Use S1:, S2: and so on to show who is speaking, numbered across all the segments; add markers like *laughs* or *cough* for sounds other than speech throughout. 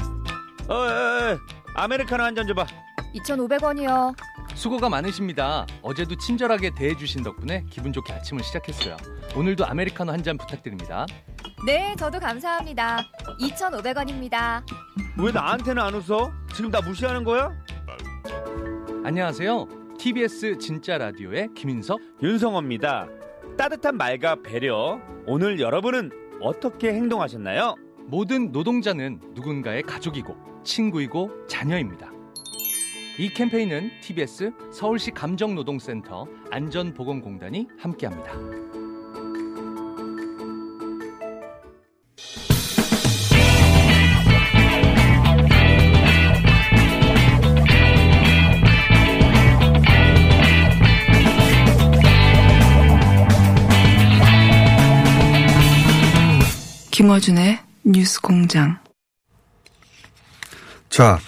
S1: 어, 어, 어, 아메리카노 한 잔 줘봐.
S2: 2,500원이요.
S3: 수고가 많으십니다. 어제도 친절하게 대해주신 덕분에 기분 좋게 아침을 시작했어요. 오늘도 아메리카노 한 잔 부탁드립니다.
S2: 네, 저도 감사합니다. 2,500원입니다.
S1: 왜 나한테는 안 웃어? 지금 나 무시하는 거야?
S3: 안녕하세요. TBS 진짜 라디오의 김인석.
S1: 윤성호입니다. 따뜻한 말과 배려. 오늘 여러분은 어떻게 행동하셨나요?
S3: 모든 노동자는 누군가의 가족이고 친구이고 자녀입니다. 이 캠페인은 TBS 서울시 감정노동센터 안전보건공단이 함께합니다.
S4: 김어준의 뉴스 공장.
S5: 자,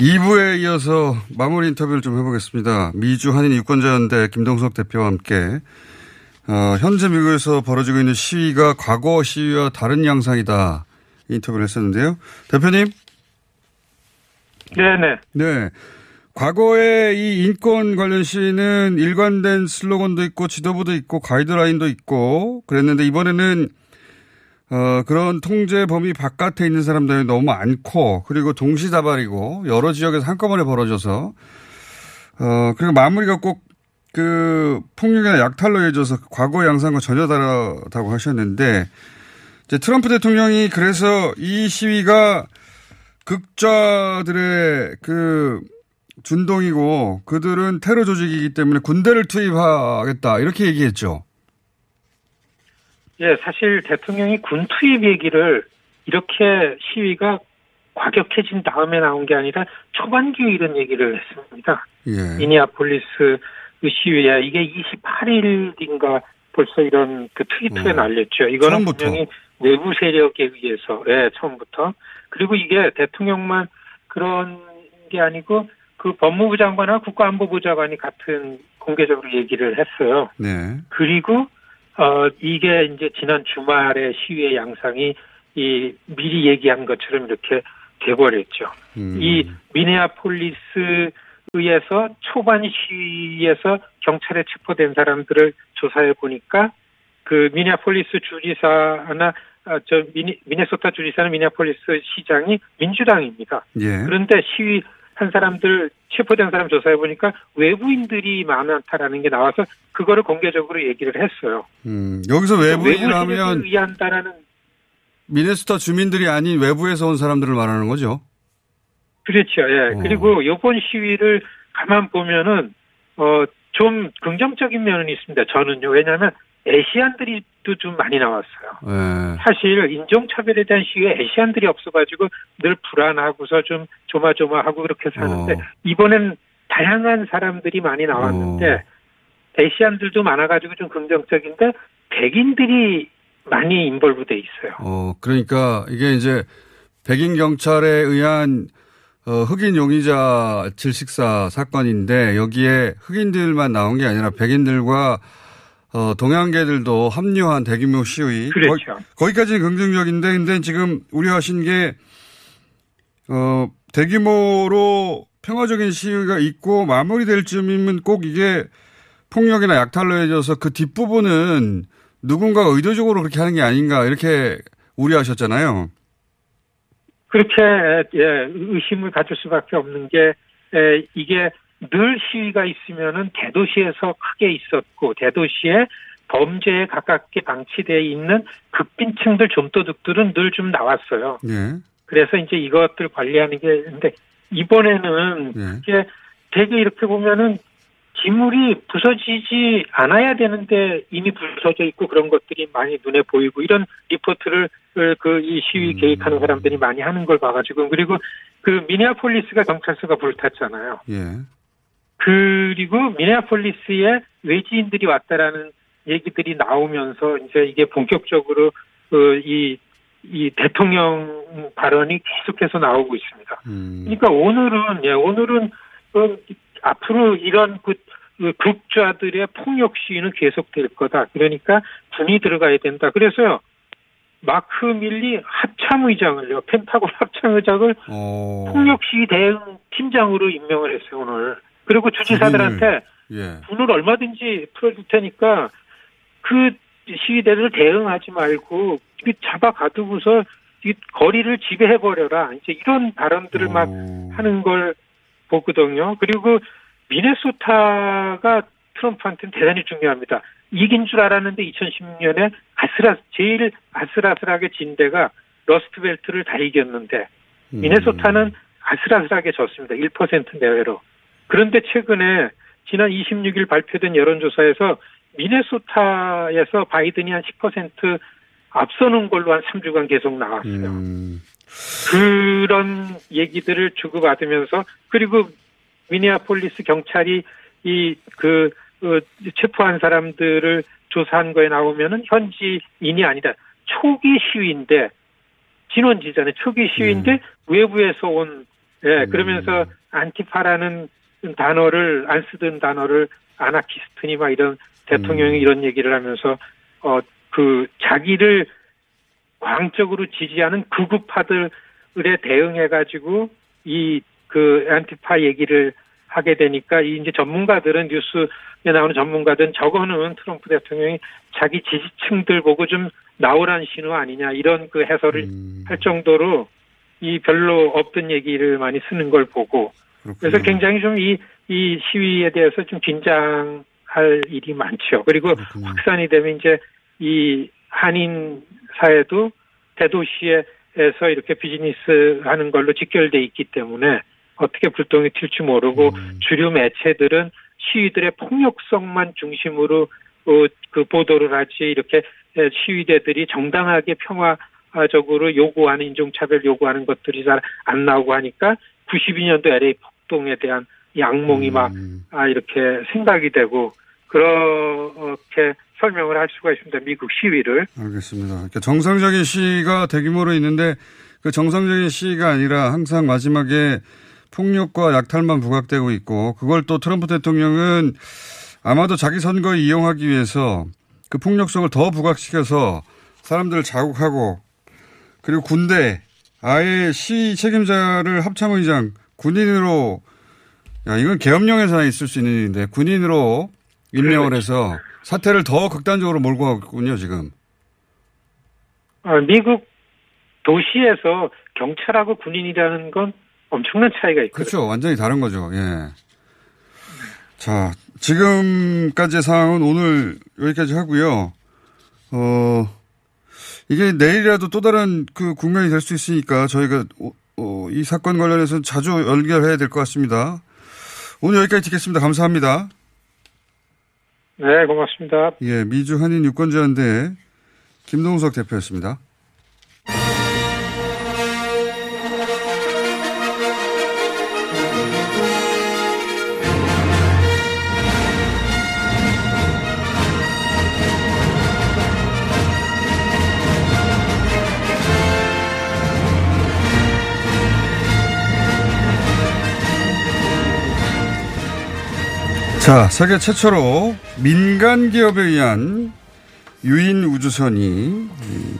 S5: 2부에 이어서 마무리 인터뷰를 좀 해보겠습니다. 미주 한인 유권자연대 김동석 대표와 함께 어, 현재 미국에서 벌어지고 있는 시위가 과거 시위와 다른 양상이다 인터뷰를 했었는데요. 대표님,
S6: 네네.
S5: 네. 과거에 이 인권 관련 시위는 일관된 슬로건도 있고 지도부도 있고 가이드라인도 있고 그랬는데 이번에는 어, 그런 통제 범위 바깥에 있는 사람들이 너무 많고 그리고 동시다발이고 여러 지역에서 한꺼번에 벌어져서 어, 그리고 마무리가 꼭 그 폭력이나 약탈로 이어져서 그 과거 양상과 전혀 다르다고 하셨는데 이제 트럼프 대통령이 그래서 이 시위가 극좌들의 그 준동이고 그들은 테러 조직이기 때문에 군대를 투입하겠다 이렇게 얘기했죠.
S6: 예, 사실 대통령이 군 투입 얘기를 이렇게 시위가 과격해진 다음에 나온 게 아니라 초반기에 이런 얘기를 했습니다.
S5: 예.
S6: 미니아폴리스 그 시위야 이게 28일인가 벌써 이런 그 트위터에
S5: 음.
S6: 날렸죠. 이거는
S5: 처음부터.
S6: 분명히 내부 세력에 의해서 예, 처음부터 그리고 이게 대통령만 그런 게 아니고 그 법무부 장관과 국가안보부 장관이 같은 공개적으로 얘기를 했어요.
S5: 네.
S6: 그리고 어 이게 이제 지난 주말에 시위의 양상이 이 미리 얘기한 것처럼 이렇게 돼버렸죠.
S5: 음.
S6: 이 미네아폴리스 의에서 초반 시위에서 경찰에 체포된 사람들을 조사해 보니까 그 미네아폴리스 주지사나 아, 저 미니, 미네소타 주지사는 미네아폴리스 시장이 민주당입니다.
S7: 네.
S5: 예.
S6: 그런데 시위 한 사람들 체포된 사람 조사해 보니까 외부인들이 많다라는 게 나와서 그거를 공개적으로 얘기를 했어요.
S5: 음. 여기서
S6: 그러니까 외부
S5: 외부인이라면
S6: 세력에 의한다라는
S5: 미네소타 주민들이 아닌 외부에서 온 사람들을 말하는 거죠.
S6: 그렇죠. 예.
S5: 어.
S6: 그리고 요번 시위를 가만 보면은 어 좀 긍정적인 면은 있습니다. 저는요. 왜냐하면 애시안들이 좀 많이 나왔어요.
S5: 예.
S6: 사실 인종차별에 대한 시위에 애시안들이 없어가지고 늘 불안하고서 좀 조마조마하고 그렇게 사는데
S5: 어.
S6: 이번엔 다양한 사람들이 많이 나왔는데
S5: 어.
S6: 애시안들도 많아가지고 좀 긍정적인데 백인들이 많이 인벌브돼 있어요.
S5: 어, 그러니까 이게 이제 백인 경찰에 의한 어, 흑인 용의자 질식사 사건인데 여기에 흑인들만 나온 게 아니라 백인들과 어, 동양계들도 합류한 대규모 시위.
S6: 그렇죠.
S5: 거기, 까지는 긍정적인데 근데 지금 우려하신 게 어, 대규모로 평화적인 시위가 있고 마무리될 쯤이면 꼭 이게 폭력이나 약탈로 해져서 그 뒷부분은 누군가가 의도적으로 그렇게 하는 게 아닌가 이렇게 우려하셨잖아요.
S6: 그렇게 예, 의심을 가질 수밖에 없는 게 예, 이게 늘 시위가 있으면은 대도시에서 크게 있었고 대도시에 범죄에 가깝게 방치되어 있는 극빈층들 좀도둑들은 늘 좀 나왔어요.
S5: 예.
S6: 그래서 이제 이것들 관리하는 게 근데 이번에는
S5: 예.
S6: 이게 되게 이렇게 보면은 기물이 부서지지 않아야 되는데 이미 부서져 있고 그런 것들이 많이 눈에 보이고 이런 리포트를 그 이 시위
S5: 음.
S6: 개입하는 사람들이 많이 하는 걸 봐가지고 그리고 그 미네아폴리스가 경찰서가 불탔잖아요.
S5: 예.
S6: 그리고 미네아폴리스에 외지인들이 왔다라는 얘기들이 나오면서 이제 이게 본격적으로 그 이 이 대통령 발언이 계속해서 나오고 있습니다.
S5: 음.
S6: 그러니까 오늘은 예 오늘은 어, 앞으로 이런 그, 그 극좌들의 폭력 시위는 계속될 거다. 그러니까 군이 들어가야 된다. 그래서요 마크 밀리 합참의장을요, 펜타곤 합참의장을
S5: 어.
S6: 폭력 시위 대응 팀장으로 임명을 했어요 오늘. 그리고 주지사들한테
S5: 예.
S6: 돈을 얼마든지 풀어줄 테니까 그 시위대를 대응하지 말고 그 잡아 가두고서 이 거리를 지배해 버려라. 이제 이런 발언들을 막
S5: 오.
S6: 하는 걸 보거든요. 그리고 미네소타가 트럼프한테는 대단히 중요합니다. 이긴 줄 알았는데 2010년에 아슬아 제일 아슬아슬하게 진 데가 러스트벨트를 다 이겼는데
S5: 음.
S6: 미네소타는 아슬아슬하게 졌습니다. 1% 내외로. 그런데 최근에 지난 26일 발표된 여론조사에서 미네소타에서 바이든이 한 10% 앞서는 걸로 한 3주간 계속 나왔어요.
S5: 음.
S6: 그런 얘기들을 주고받으면서 그리고 미니아폴리스 경찰이 이 그 체포한 사람들을 조사한 거에 나오면은 현지인이 아니다 초기 시위인데 진원지잖아요 초기 시위인데
S5: 음.
S6: 외부에서 온 예,
S5: 음.
S6: 그러면서 안티파라는 단어를 안 쓰던 단어를 아나키스트니 막 이런 대통령이
S5: 음.
S6: 이런 얘기를 하면서 어 그 자기를 광적으로 지지하는 극우파들에 대응해가지고 이 그 안티파 얘기를 하게 되니까 이 이제 전문가들은 뉴스에 나오는 전문가들은 저거는 트럼프 대통령이 자기 지지층들 보고 좀 나오란 신호 아니냐 이런 그 해설을
S5: 음.
S6: 할 정도로 이 별로 없던 얘기를 많이 쓰는 걸 보고 그래서
S5: 그렇군요.
S6: 굉장히 좀 이 이 시위에 대해서 좀 긴장할 일이 많죠. 그리고
S5: 그렇군요.
S6: 확산이 되면 이제 이 한인 사회도 대도시에서 이렇게 비즈니스 하는 걸로 직결돼 있기 때문에 어떻게 불똥이 튈지 모르고
S5: 음.
S6: 주류 매체들은 시위들의 폭력성만 중심으로 어, 그 보도를 하지 이렇게 에, 시위대들이 정당하게 평화적으로 요구하는 인종차별 요구하는 것들이 잘 안 나오고 하니까 92년도 LA 폭동에 대한 양몽이 막
S5: 음.
S6: 아, 이렇게 생각이 되고, 그렇게 설명을 할 수가 있습니다. 미국 시위를.
S5: 알겠습니다. 그러니까 정상적인 시위가 대규모로 있는데 그 정상적인 시위가 아니라 항상 마지막에 폭력과 약탈만 부각되고 있고 그걸 또 트럼프 대통령은 아마도 자기 선거에 이용하기 위해서 그 폭력성을 더 부각시켜서 사람들을 자극하고 그리고 군대 아예 시위 책임자를 합참의장 군인으로 야 이건 계엄령에서나 있을 수 있는 일인데 군인으로 임명을 해서 사태를 더 극단적으로 몰고 가고 있군요 지금.
S6: 아, 미국 도시에서 경찰하고 군인이라는 건 엄청난 차이가 있거든요.
S5: 그렇죠. 완전히 다른 거죠. 예. 자, 지금까지의 상황은 오늘 여기까지 하고요. 어, 이게 내일이라도 또 다른 그 국면이 될 수 있으니까 저희가 어, 어, 이 사건 관련해서는 자주 연결해야 될 것 같습니다. 오늘 여기까지 듣겠습니다. 감사합니다.
S6: 네, 고맙습니다.
S5: 예, 미주 한인 유권자연대 김동석 대표였습니다. 자, 세계 최초로 민간 기업에 의한 유인 우주선이 이,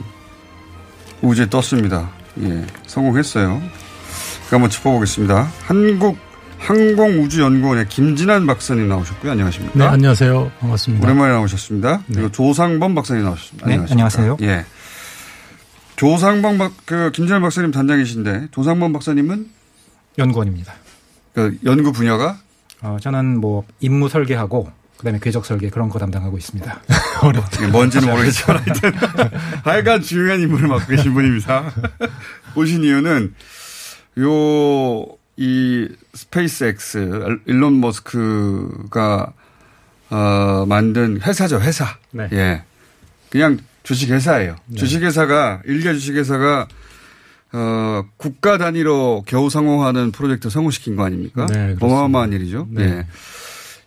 S5: 우주에 떴습니다. 예, 성공했어요. 그 한번 짚어보겠습니다. 한국 항공우주연구원의 김진환 박사님 나오셨고요. 안녕하십니까?
S8: 네, 안녕하세요. 반갑습니다.
S5: 오랜만에 나오셨습니다.
S8: 네.
S5: 그리고 조상범 박사님 나오셨습니다.
S8: 네,
S5: 안녕하십니까?
S8: 안녕하세요.
S5: 예. 조상범 박, 그, 김진환 박사님 단장이신데, 조상범 박사님은
S8: 연구원입니다.
S5: 그 연구 분야가
S8: 어, 저는 뭐 임무 설계하고 그다음에 궤적 설계 그런 거 담당하고 있습니다. *laughs* 어렵다.
S5: 뭐,
S8: *laughs*
S5: 이게 뭔지는 모르겠지만 *laughs* 하여튼 하여간 중요한 인물을 맡고 계신 분입니다. 오신 이유는 요 이 스페이스X 일론 머스크가 어, 만든 회사죠 회사.
S8: 네.
S5: 예. 그냥 주식 회사예요.
S8: 네.
S5: 주식 회사가 일개 주식 회사가 어, 국가 단위로 겨우 상호하는 프로젝트 성공시킨 거 아닙니까?
S8: 네, 그렇습니다.
S5: 어마어마한 일이죠.
S8: 네.
S5: 예.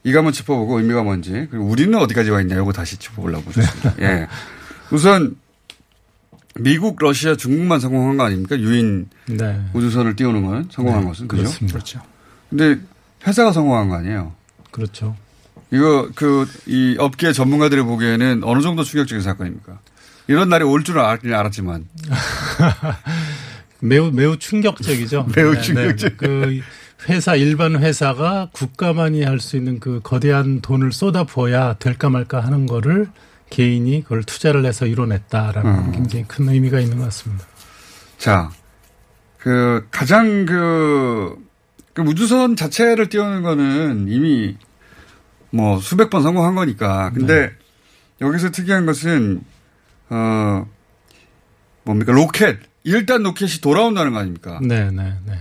S5: 이거 한번 짚어보고 의미가 뭔지 그리고 우리는 어디까지 와 있냐 이거 다시 짚어보려고 좋습니다.
S8: 네.
S5: 예. 우선 미국, 러시아, 중국만 성공한 거 아닙니까? 유인
S8: 네.
S5: 우주선을 띄우는 건 성공한 것은 그죠?
S8: 렇습니다 그렇죠.
S5: 근데 회사가 성공한 거 아니에요?
S8: 그렇죠.
S5: 이거 그 이 업계 전문가들이 보기에는 어느 정도 충격적인 사건입니까? 이런 날이 올 줄 알았지만
S7: *laughs* 매우 매우 충격적이죠.
S5: *laughs* 매우
S7: 네, 네.
S5: 충격적.
S7: 그 회사 일반 회사가 국가만이 할 수 있는 그 거대한 돈을 쏟아부어야 될까 말까 하는 거를 개인이 그걸 투자를 해서 이뤄냈다라는
S5: 음.
S7: 건 굉장히 큰 의미가 있는 것 같습니다.
S5: 자, 그 가장 그, 그 우주선 자체를 띄우는 거는 이미 뭐 수백 번 성공한 거니까. 근데
S7: 네.
S5: 여기서 특이한 것은 어 뭡니까 로켓 일단 로켓이 돌아온다는 거 아닙니까?
S7: 네, 네, 네.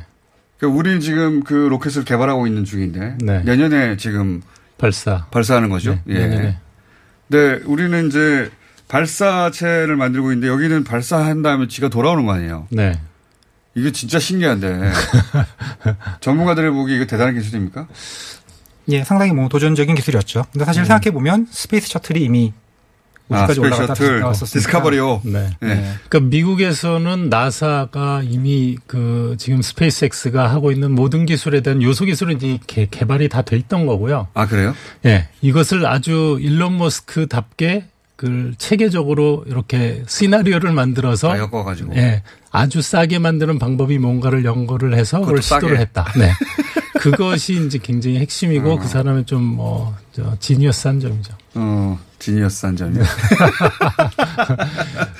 S5: 그러니까 우리는 지금 그 로켓을 개발하고 있는 중인데
S7: 네.
S5: 내년에 지금
S7: 발사.
S5: 발사하는 거죠.
S7: 네, 내년에.
S5: 근데 우리는 이제 발사체를 만들고 있는데 여기는 발사한 다음에 지가 돌아오는 거 아니에요?
S7: 네.
S5: 이게
S7: *laughs*
S5: 진짜 신기한데 전문가들이 보기 이거 대단한 기술입니까? 아,
S8: 예, 상당히 뭐 도전적인 기술이었죠. 근데
S5: 음.
S8: 사실 생각해 보면 스페이스 셔틀이 이미 우주까지 올라갔다 다시 나왔었으니까.
S5: 디스커버리오.
S7: 네.
S5: 예.
S7: 그러니까 미국에서는 나사가 이미 그 지금 스페이스X가 하고 있는 모든 기술에 대한 요소 기술은 이미 개, 개발이 다 돼 있던 거고요.
S5: 아 그래요?
S7: 예, 이것을 아주 일론 머스크답게 그 체계적으로 이렇게 시나리오를 만들어서
S5: 다 엮어가지고.
S7: 예, 아주 싸게 만드는 방법이 뭔가를 연구를 해서 그걸
S5: 그것도
S7: 시도를
S5: 싸게. *laughs*
S7: 했다. 네, 그것이 이제 굉장히
S5: 아.
S7: 핵심이고 그 사람의 좀뭐 지니어스한 점이죠.
S5: 어 지니어스 한 점이.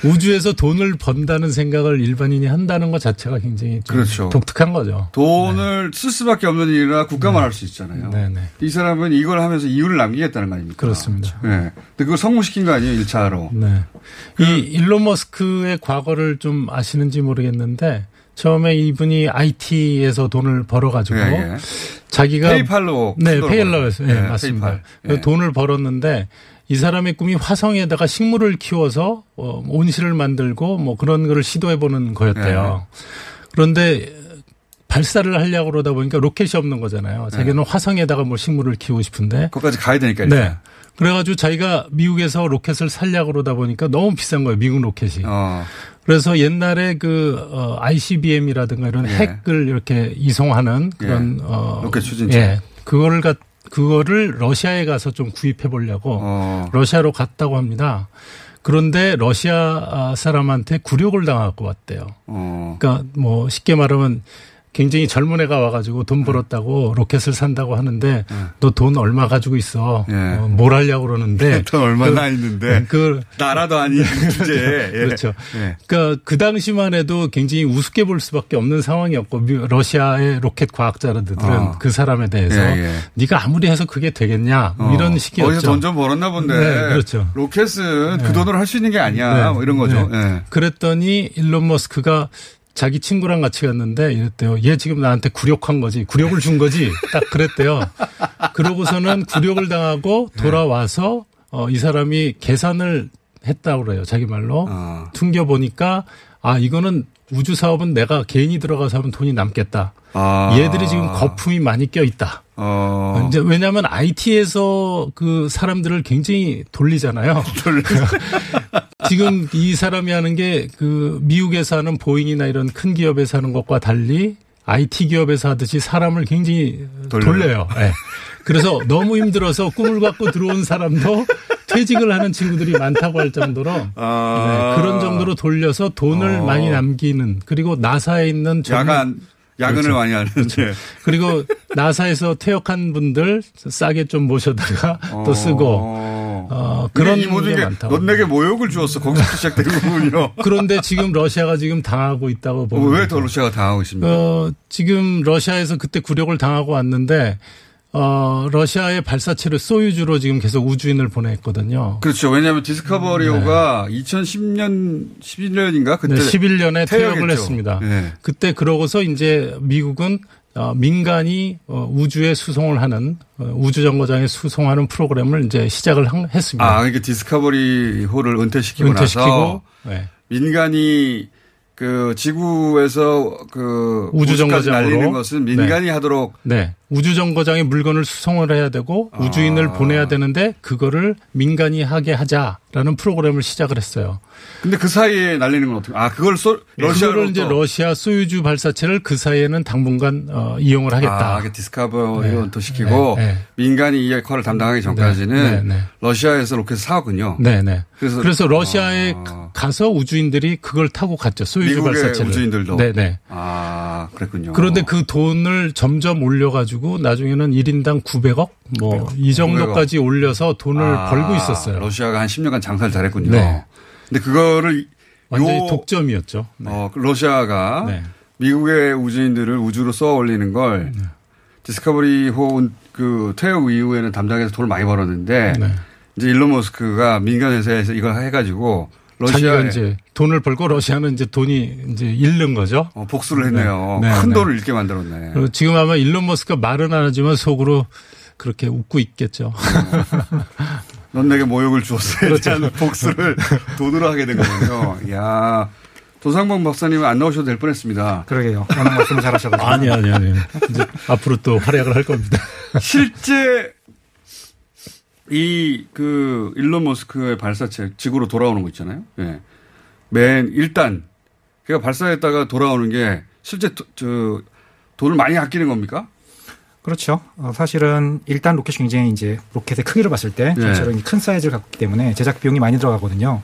S7: 우주에서 돈을 번다는 생각을 일반인이 한다는 것 자체가 굉장히 좀
S5: 그렇죠.
S7: 독특한 거죠.
S5: 돈을 쓸 수밖에 없는 일이라 국가만 할 수 있잖아요.
S7: 네, 네,
S5: 이 사람은 이걸 하면서 이유를 남기겠다는 거 아닙니까?
S7: 그렇습니다.
S5: 예. 근데 그걸 성공시킨 거 아니에요, 일차로
S7: 네. 이 일론 머스크의 과거를 좀 아시는지 모르겠는데 처음에 이분이 IT에서 돈을 벌어가지고
S5: 예, 예.
S7: 자기가
S5: 페이팔로.
S7: 네,
S5: 추도를
S7: 페일러에서 예,
S5: 벌어요. 예,
S7: 맞습니다.
S5: 페이팔.
S7: 그
S5: 예.
S7: 돈을 벌었는데 이 사람의 꿈이 화성에다가 식물을 키워서 어, 온실을 만들고 뭐 그런 거를 시도해 보는 거였대요.
S5: 예.
S7: 그런데 발사를 하려고 그러다 보니까 로켓이 없는 거잖아요. 자기는
S5: 예.
S7: 화성에다가 뭐 식물을 키우고 싶은데
S5: 거기까지 가야 되니까.
S7: 네.
S5: 일단.
S7: 그래가지고 자기가 미국에서 로켓을 살려고 그러다 보니까 너무 비싼 거예요. 미국 로켓이.
S5: 어.
S7: 그래서 옛날에 그 어, ICBM이라든가 이런
S5: 예.
S7: 핵을 이렇게 이송하는 그런 어,
S5: 로켓 추진체.
S7: 예. 그거를 갖 그거를 러시아에 가서 좀 구입해 보려고
S5: 어.
S7: 러시아로 갔다고 합니다. 그런데 러시아 사람한테 굴욕을 당하고 왔대요.
S5: 어.
S7: 그러니까 뭐 쉽게 말하면 굉장히 젊은 애가 와가지고
S5: 음.
S7: 돈 벌었다고 로켓을 산다고 하는데 너 돈 얼마 가지고 있어?
S5: 예.
S7: 어, 뭘 하려고
S5: *laughs*
S7: 그러는데
S5: 돈 얼마나 있는데.
S7: 그 *laughs*
S5: 나라도 아닌 주제에. 예.
S7: 네. 그렇죠.
S5: 예.
S7: 그러니까 그 당시만 해도 굉장히 우습게 볼 수밖에 없는 상황이었고 미- 러시아의 로켓 과학자들은
S5: 아.
S7: 그 사람에 대해서
S5: 예, 예.
S7: 네가 아무리 해서 그게 되겠냐 뭐 이런 식이었죠.
S5: 어디서 돈 좀 벌었나 본데.
S7: 네, 그렇죠.
S5: 로켓은 그 돈으로 할 수 있는 게 아니야.
S7: 네.
S5: 뭐 이런 거죠.
S7: 네.
S5: 예.
S7: 그랬더니 일론 머스크가 자기 친구랑 같이 갔는데 이랬대요. 얘 지금 나한테 굴욕한 거지. 굴욕을 준 거지. 딱 그랬대요. 그러고서는 굴욕을 당하고
S5: 네.
S7: 돌아와서 어, 이 사람이 계산을 했다고 그래요. 자기 말로.
S5: 아.
S7: 퉁겨보니까 아, 이거는 우주 사업은 내가 개인이 들어가서 하면 돈이 남겠다.
S5: 아.
S7: 얘들이 지금 거품이 많이 껴 있다.
S5: 어.
S7: 이제 왜냐하면 IT에서 그 사람들을 굉장히 돌리잖아요. *laughs* 지금 이 사람이 하는 게 그 미국에서 하는 보잉이나 이런 큰 기업에서 하는 것과 달리 IT 기업에서 하듯이 사람을 굉장히
S5: 돌려요.
S7: 돌려요. 예 그래서 너무 힘들어서 꿈을 갖고 들어온 사람도 퇴직을 하는 친구들이 많다고 할 정도로
S5: 아.
S7: 네, 그런 정도로 돌려서 돈을
S5: 어.
S7: 많이 남기는 그리고 나사에 있는 전문-
S5: 야간, 야근을
S7: 그렇죠.
S5: 많이 하는. 예.
S7: 그리고 나사에서 퇴역한 분들 싸게 좀 모셔다가
S5: 어.
S7: 또 쓰고 어,
S5: 그런
S7: 그런
S5: 이 모든
S7: 게
S5: 게
S7: 많다고.
S5: 넌 내게 모욕을 주었어. 거기서 시작된
S7: *laughs*
S5: 거군요. 어,
S7: 그런데 지금 러시아가 지금 당하고 있다고 보면
S5: 왜 더 러시아가 당하고 있습니까?
S7: 어, 지금 러시아에서 그때 굴욕을 당하고 왔는데 어, 러시아의 발사체를 소유주로 지금 계속 우주인을 보냈거든요.
S5: 그렇죠. 왜냐하면 디스커버리오가 2010년, 11년인가 그때
S7: 네, 11년에 퇴역을
S5: 퇴역했죠.
S7: 했습니다.
S5: 예.
S7: 그때 그러고서 이제 미국은 어, 민간이 어, 우주에 수송을 하는 어, 우주 정거장에 수송하는 프로그램을 이제 시작을 한- 했습니다.
S5: 아, 그러니까 디스커버리 호를 은퇴시키고,
S7: 은퇴시키고
S5: 나서
S7: 네.
S5: 민간이 그 지구에서 그
S7: 우주
S5: 우주까지
S7: 정거장으로.
S5: 날리는 것은 민간이 하도록
S7: 네. 우주 정거장에 물건을 수송을 해야 되고 우주인을
S5: 아.
S7: 보내야 되는데 그거를 민간이 하게 하자라는 프로그램을 시작을 했어요.
S5: 근데 그 사이에 날리는 건 어떻게? 아 그걸 소 러시아로
S7: 네, 그거를 이제
S5: 또-
S7: 러시아 소유주 발사체를 그 사이에는 당분간 어, 이용을 하겠다.
S5: 아, 이게 디스커버리로 또 시키고
S7: 네, 네.
S5: 민간이 이 역할을 담당하기 전까지는
S7: 네, 네.
S5: 러시아에서 로켓 사군요.
S7: 네네.
S5: 그래서-
S7: 그래서, 러시아에
S5: 아.
S7: 가- 가서 우주인들이 그걸 타고 갔죠. 소유주
S5: 미국의
S7: 발사체를.
S5: 우주인들도.
S7: 네네.
S5: 아 그랬군요.
S7: 그런데 그 돈을 점점 올려가지고 나중에는 1인당 900억 뭐 이 정도까지 올려서 돈을
S5: 아,
S7: 벌고 있었어요.
S5: 러시아가 한 10년간 장사를 잘했군요.
S7: 네.
S5: 근데 그거를
S7: 완전히
S5: 요-
S7: 독점이었죠.
S5: 어, 그 러시아가
S7: 네.
S5: 미국의 우주인들을 우주로 쏘아 올리는 걸 디스커버리호 그 퇴역 이후에는 담당해서 돈을 많이 벌었는데
S7: 네.
S5: 이제 일론 머스크가 민간 회사에서 이걸 해가지고
S7: 자기가
S5: 러시아에
S7: 이제 돈을 벌고 러시아는 이제 돈이 이제 잃는 거죠.
S5: 어, 복수를 했네요.
S7: 네, 네,
S5: 큰
S7: 네.
S5: 돈을 잃게 만들었네.
S7: 그리고 지금 아마 일론 머스크가 말은 안 하지만 속으로 그렇게 웃고 있겠죠.
S5: 어. *laughs* 넌 내게 모욕을 주었어에 대한 *laughs* 복수를 돈으로 하게 된 거군요. 야 조상봉 박사님은 안 나오셔도 될 뻔했습니다.
S8: 그러게요. 워낙 말씀 잘하셔가지고.
S7: 아니 아니 아니. 이제 앞으로 또 활약을 할 겁니다.
S5: 실제 이 그 일론 머스크의 발사체 지구로 돌아오는 거 있잖아요. 예. 맨 일단 그가 발사했다가 돌아오는 게 실제 도- 저 돈을 많이 아끼는 겁니까?
S8: 그렇죠. 어, 사실은 일단 로켓이 굉장히 이제 로켓의 크기를 봤을 때
S5: 네.
S8: 전체적인 큰 사이즈를 갖고 있기 때문에 제작 비용이 많이 들어가거든요.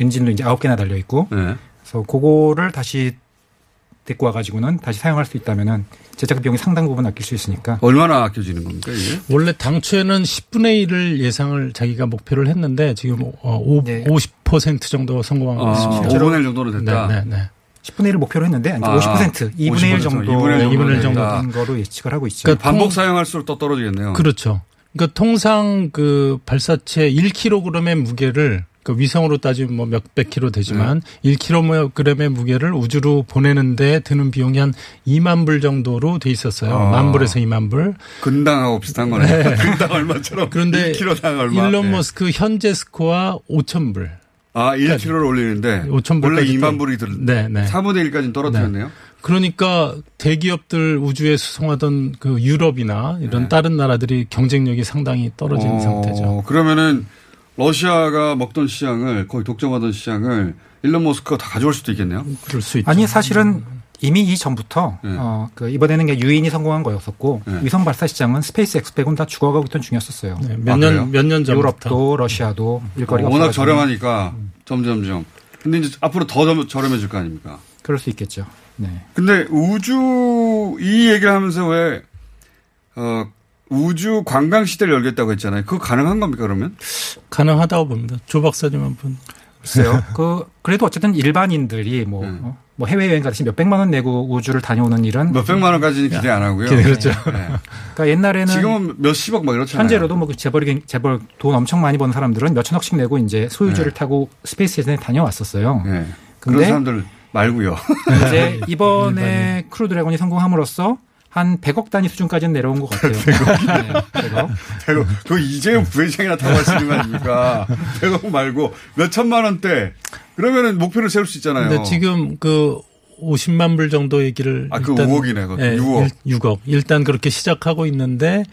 S8: 엔진도 이제 아홉 개나 달려 있고
S5: 예.
S8: 그래서 그거를 다시 데리고 와가지고는 다시 사용할 수 있다면은 제작 비용이 상당 부분 아낄 수 있으니까
S5: 얼마나 아껴지는 겁니까 이게?
S7: 원래 당초에는 10분의 1을 예상을 자기가 목표를 했는데 지금 어, 오-
S8: 네.
S7: 50% 정도 성공한 것
S5: 아,
S7: 같습니다.
S5: 5분의 1 정도로 됐다.
S7: 어, 네, 네, 네.
S8: 10분의 1을 목표로 했는데 이제
S5: 아,
S8: 50% 2분의 1
S5: 50%,
S8: 정도
S5: 2분의 1
S7: 정도
S5: 된다.
S8: 된 거로 예측을 하고 있죠.
S7: 그러니까
S5: 아. 반복
S7: 통-
S5: 사용할수록 또 떨어지겠네요.
S7: 그렇죠. 그러니까 통상 그 발사체 1kg의 무게를 그 위성으로 따지면 뭐 몇백 킬로 되지만
S5: 네.
S7: 1kg의 무게를 우주로 보내는데 드는 비용이 한 2만 불 정도로 돼 있었어요.
S5: 아.
S7: 만 불에서 2만 불.
S5: 근당하고 비슷한 거네. 요 *laughs* 근당 얼마처럼.
S7: 그런데
S5: 1kg당 얼마.
S7: 일론
S5: 예.
S7: 머스크 현재 스코어 5천 불.
S5: 아, 1kg를 올리는데
S7: 5,000
S5: 원래
S7: 불까지
S5: 2만
S7: 또-
S5: 불이 들
S7: 네, 네.
S5: 4분의 1까지는 떨어뜨렸네요.
S7: 그러니까 대기업들 우주에 수송하던 그 유럽이나 이런 다른 나라들이 경쟁력이 상당히 떨어진
S5: 네. 어,
S7: 상태죠.
S5: 그러면은 러시아가 먹던 시장을 거의 독점하던 시장을 일론 머스크가 다 가져올 수도 있겠네요.
S7: 그럴 수 있죠.
S8: 아니 사실은 이미 이전부터
S5: 네.
S8: 어, 그 이번에는 그냥 유인이 성공한 거였었고
S5: 네.
S8: 위성 발사 시장은 스페이스 엑스백은 다 죽어가고 있던 중이었었어요.
S5: 아, 그래요?
S7: 네, 몇년 몇 년 전부터
S8: 유럽도 러시아도 일거리가
S5: 워낙
S8: 없어가지고 음.
S5: 저렴하니까 점점점. 근데 이제 앞으로 더 저- 저렴해질 거 아닙니까?
S8: 그럴 수 있겠죠. 네.
S5: 근데 우주 이 얘기를 하면서 왜 어, 우주 관광 시대를 열겠다고 했잖아요. 그거 가능한 겁니까 그러면?
S7: 가능하다고 봅니다. 조 박사님 한 분.
S8: 글쎄요. *laughs* 그 그래도 어쨌든 일반인들이 뭐,
S5: 음.
S8: 어, 뭐 해외 여행 가듯이 몇 백만 원 내고 우주를 다녀오는 일은
S5: *laughs* 몇 백만 원까지는 기대 안 하고요.
S7: 그렇죠.
S5: 네.
S8: 그러니까 옛날에는
S5: 지금은 몇십억 막 이렇잖아요.
S8: 현재로도 뭐 재벌 재벌 돈 엄청 많이 버는 사람들은 몇 천억씩 내고 이제 소유주를 타고 스페이스 예전에 다녀왔었어요.
S5: 예. 네. 그런
S8: 근데
S5: 사람들 말고요. *laughs*
S8: 이제 이번에 크루 드래곤이 성공함으로써 한 100억 단위 수준까지는 내려온 것 같아요. 네, 100억.
S5: 배고 그 이재용 부회장이나 타고 하시는 거 아닙니까? 배고 말고 몇 천만 원대 그러면은 뭐 목표를 세울 수 있잖아요.
S7: 근데 지금 그 50만 불 정도 얘기를
S5: 아, 그 5억이네, 그것도. 6억.
S7: 6억. 일단 그렇게 시작하고 있는데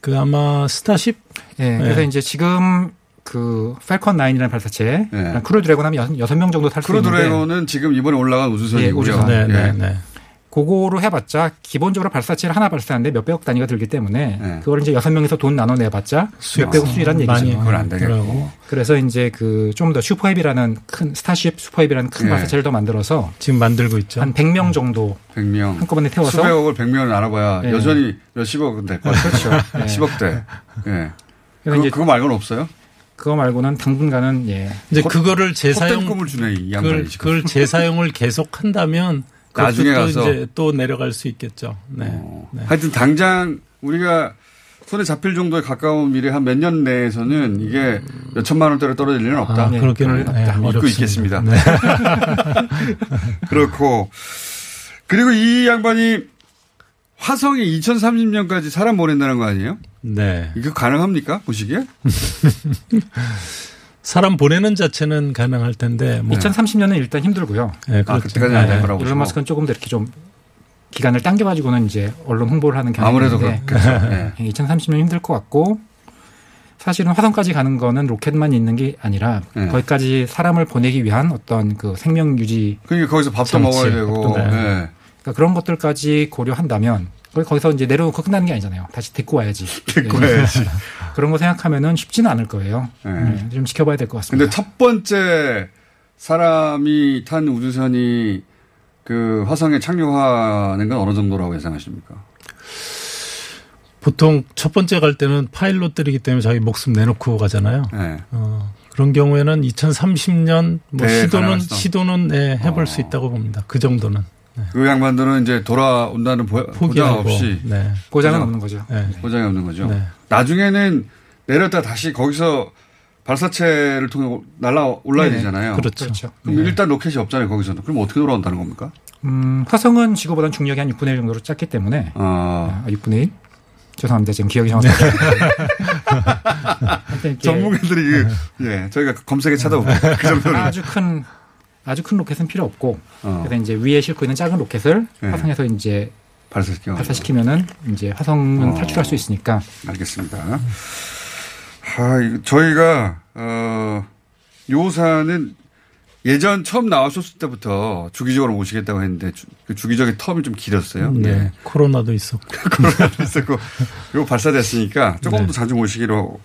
S7: 그 아마 스타쉽
S8: 예, 그래서
S7: 네.
S8: 이제 지금 그 펠컨 9이라는 발사체,
S5: 네.
S8: 크루 드래곤 하면 여섯 명 정도 탈 수 있는데
S5: 크루드래곤은 지금 이번에 올라간 우주선이고요.
S8: 예, 우주선.
S7: 네, 네,
S5: 예.
S7: 네.
S8: 그거로 해봤자 기본적으로 발사체를 하나 발사하는데 몇백억 단위가 들기 때문에
S5: 네.
S8: 그걸 이제 여섯 명에서 돈 나눠 내봤자
S7: 수익성 음,
S8: 몇백억 수준이란
S7: 많이
S8: 얘기죠.
S5: 그건 안 되겠고.
S7: 그러고.
S8: 그래서 이제 그 좀 더 슈퍼헤비라는 큰 스타쉽 슈퍼헤비라는 큰
S5: 네.
S8: 발사체를 더 만들어서
S7: 지금 만들고 있죠.
S8: 한 100명 정도
S5: 100명.
S8: 한꺼번에 태워서
S5: 수백억을 100명을 알아봐야
S8: 예.
S5: 여전히 몇십억은 될 거예요.
S8: 그렇죠.
S5: *laughs*
S8: 예.
S5: 10억대. 예.
S8: 그래서
S5: 그,
S8: 이제
S5: 그거 말고는 없어요?
S8: 그거 말고는 당분간은 예.
S7: 이제
S5: 헛-
S7: 그거를
S5: 헛된
S7: 재사용
S5: 꿈을 주네, 이 양반이
S7: 그걸,
S5: 지금.
S7: 그걸 재사용을 계속한다면 그것도
S5: *laughs* 나중에
S7: 또
S5: 가서.
S7: 이제 또 내려갈 수 있겠죠. 네.
S5: 어,
S7: 네.
S5: 하여튼 당장 우리가 손에 잡힐 정도에 가까운 미래 한 몇 년 내에서는 이게 몇 천만 원대로 떨어질 일은 없다.
S7: 아, 그렇게는
S8: 그건
S7: 네,
S8: 없다.
S5: 믿고
S7: 어렵습니다.
S5: 있겠습니다.
S7: 네.
S5: *laughs* 그렇고 그리고 이 양반이 화성에 2030년까지 사람 보낸다는 거 아니에요?
S7: 네.
S5: 이거 가능합니까?
S8: *laughs*
S5: 보시기에?
S7: 사람 보내는 자체는 가능할 텐데 뭐
S8: 2030년은 일단 힘들고요.
S7: 네,
S5: 아,
S7: 그렇죠.
S5: 그때까지는 안 될
S7: 네.
S5: 거라고.
S8: 예, 일론
S5: 보시고.
S8: 머스크는 조금 더 이렇게 좀 기간을 당겨가지고는 이제 언론 홍보를 하는 경향이
S5: 아무래도
S8: 있는데
S5: 그렇겠죠.
S8: *laughs*
S5: 예.
S8: 2030년 힘들 것 같고 사실은 화성까지 가는 거는 로켓만 있는 게 아니라
S5: 예.
S8: 거기까지 사람을 보내기 위한 어떤 그 생명 유지
S5: 그러니까 거기서 밥도
S8: 참치,
S5: 먹어야 되고.
S8: 밥도 먹어야
S5: 예.
S8: 그러니까 그런 것들까지 고려한다면 거기- 거기서 이제 내려놓고 끝나는 게 아니잖아요. 다시 데리고 와야지.
S5: *laughs* 데리고
S8: 예.
S5: 와야지.
S8: 그런 거 생각하면은 쉽지는 않을 거예요.
S5: 예.
S8: 예, 좀 지켜봐야 될 것
S5: 근데
S8: 같습니다.
S5: 첫 번째 사람이 탄 우주선이 그 화성에 착륙하는 건 어느 정도라고 예상하십니까?
S7: 보통 첫 번째 갈 때는 파일럿들이기 때문에 자기 목숨 내놓고 가잖아요.
S5: 예.
S7: 어, 그런 경우에는 2030년 뭐
S5: 네, 어.
S7: 시도는
S5: 가능하시다.
S7: 시도는 예, 해볼 수 있다고 봅니다. 그 정도는
S5: 그 양반들은 이제 돌아온다는 보, 보장
S7: 포기하고
S5: 없이
S7: 네,
S8: 고장은
S5: 그죠?
S8: 없는 거죠.
S7: 네.
S5: 보장이 없는 거죠.
S7: 네.
S5: 나중에는 내렸다 다시 거기서 발사체를 통해 날라 올라야
S8: 네네.
S5: 되잖아요. 그
S7: 그렇죠.
S8: 그렇죠.
S5: 럼 일단 로켓이 없잖아요 거기서는. 그럼 어떻게 돌아온다는 겁니까?
S8: 음, 화성은 지구보다는 중력이 한 6분의 1 정도로 작기 때문에
S5: 아,
S8: 아, 6분의 1? 죄송합니다. 지금
S5: *laughs*
S8: 기억이 정확하지 않아요.
S5: 전문가들이 *laughs* 그- 예 저희가 검색에 찾아보고 그 정도로
S8: 네. 아주 큰 아주 큰 로켓은 필요 없고
S5: 어,
S8: 그래서 이제 위에 싣고 있는 작은 로켓을
S5: 네.
S8: 화성에서 이제
S5: 발사시켜.
S8: 발사시키면은 이제 화성은
S5: 어.
S8: 탈출할 수 있으니까
S5: 알겠습니다. 아, 이거 저희가 어, 요사는 예전 처음 나왔었을 때부터 주기적으로 모시겠다고 했는데 주, 그 주기적인 텀이 좀 길었어요.
S7: 네.
S5: 예.
S7: 코로나도 있었고.
S5: *laughs* 코로나도 있었고 요 발사됐으니까 조금 더 자주 모시기로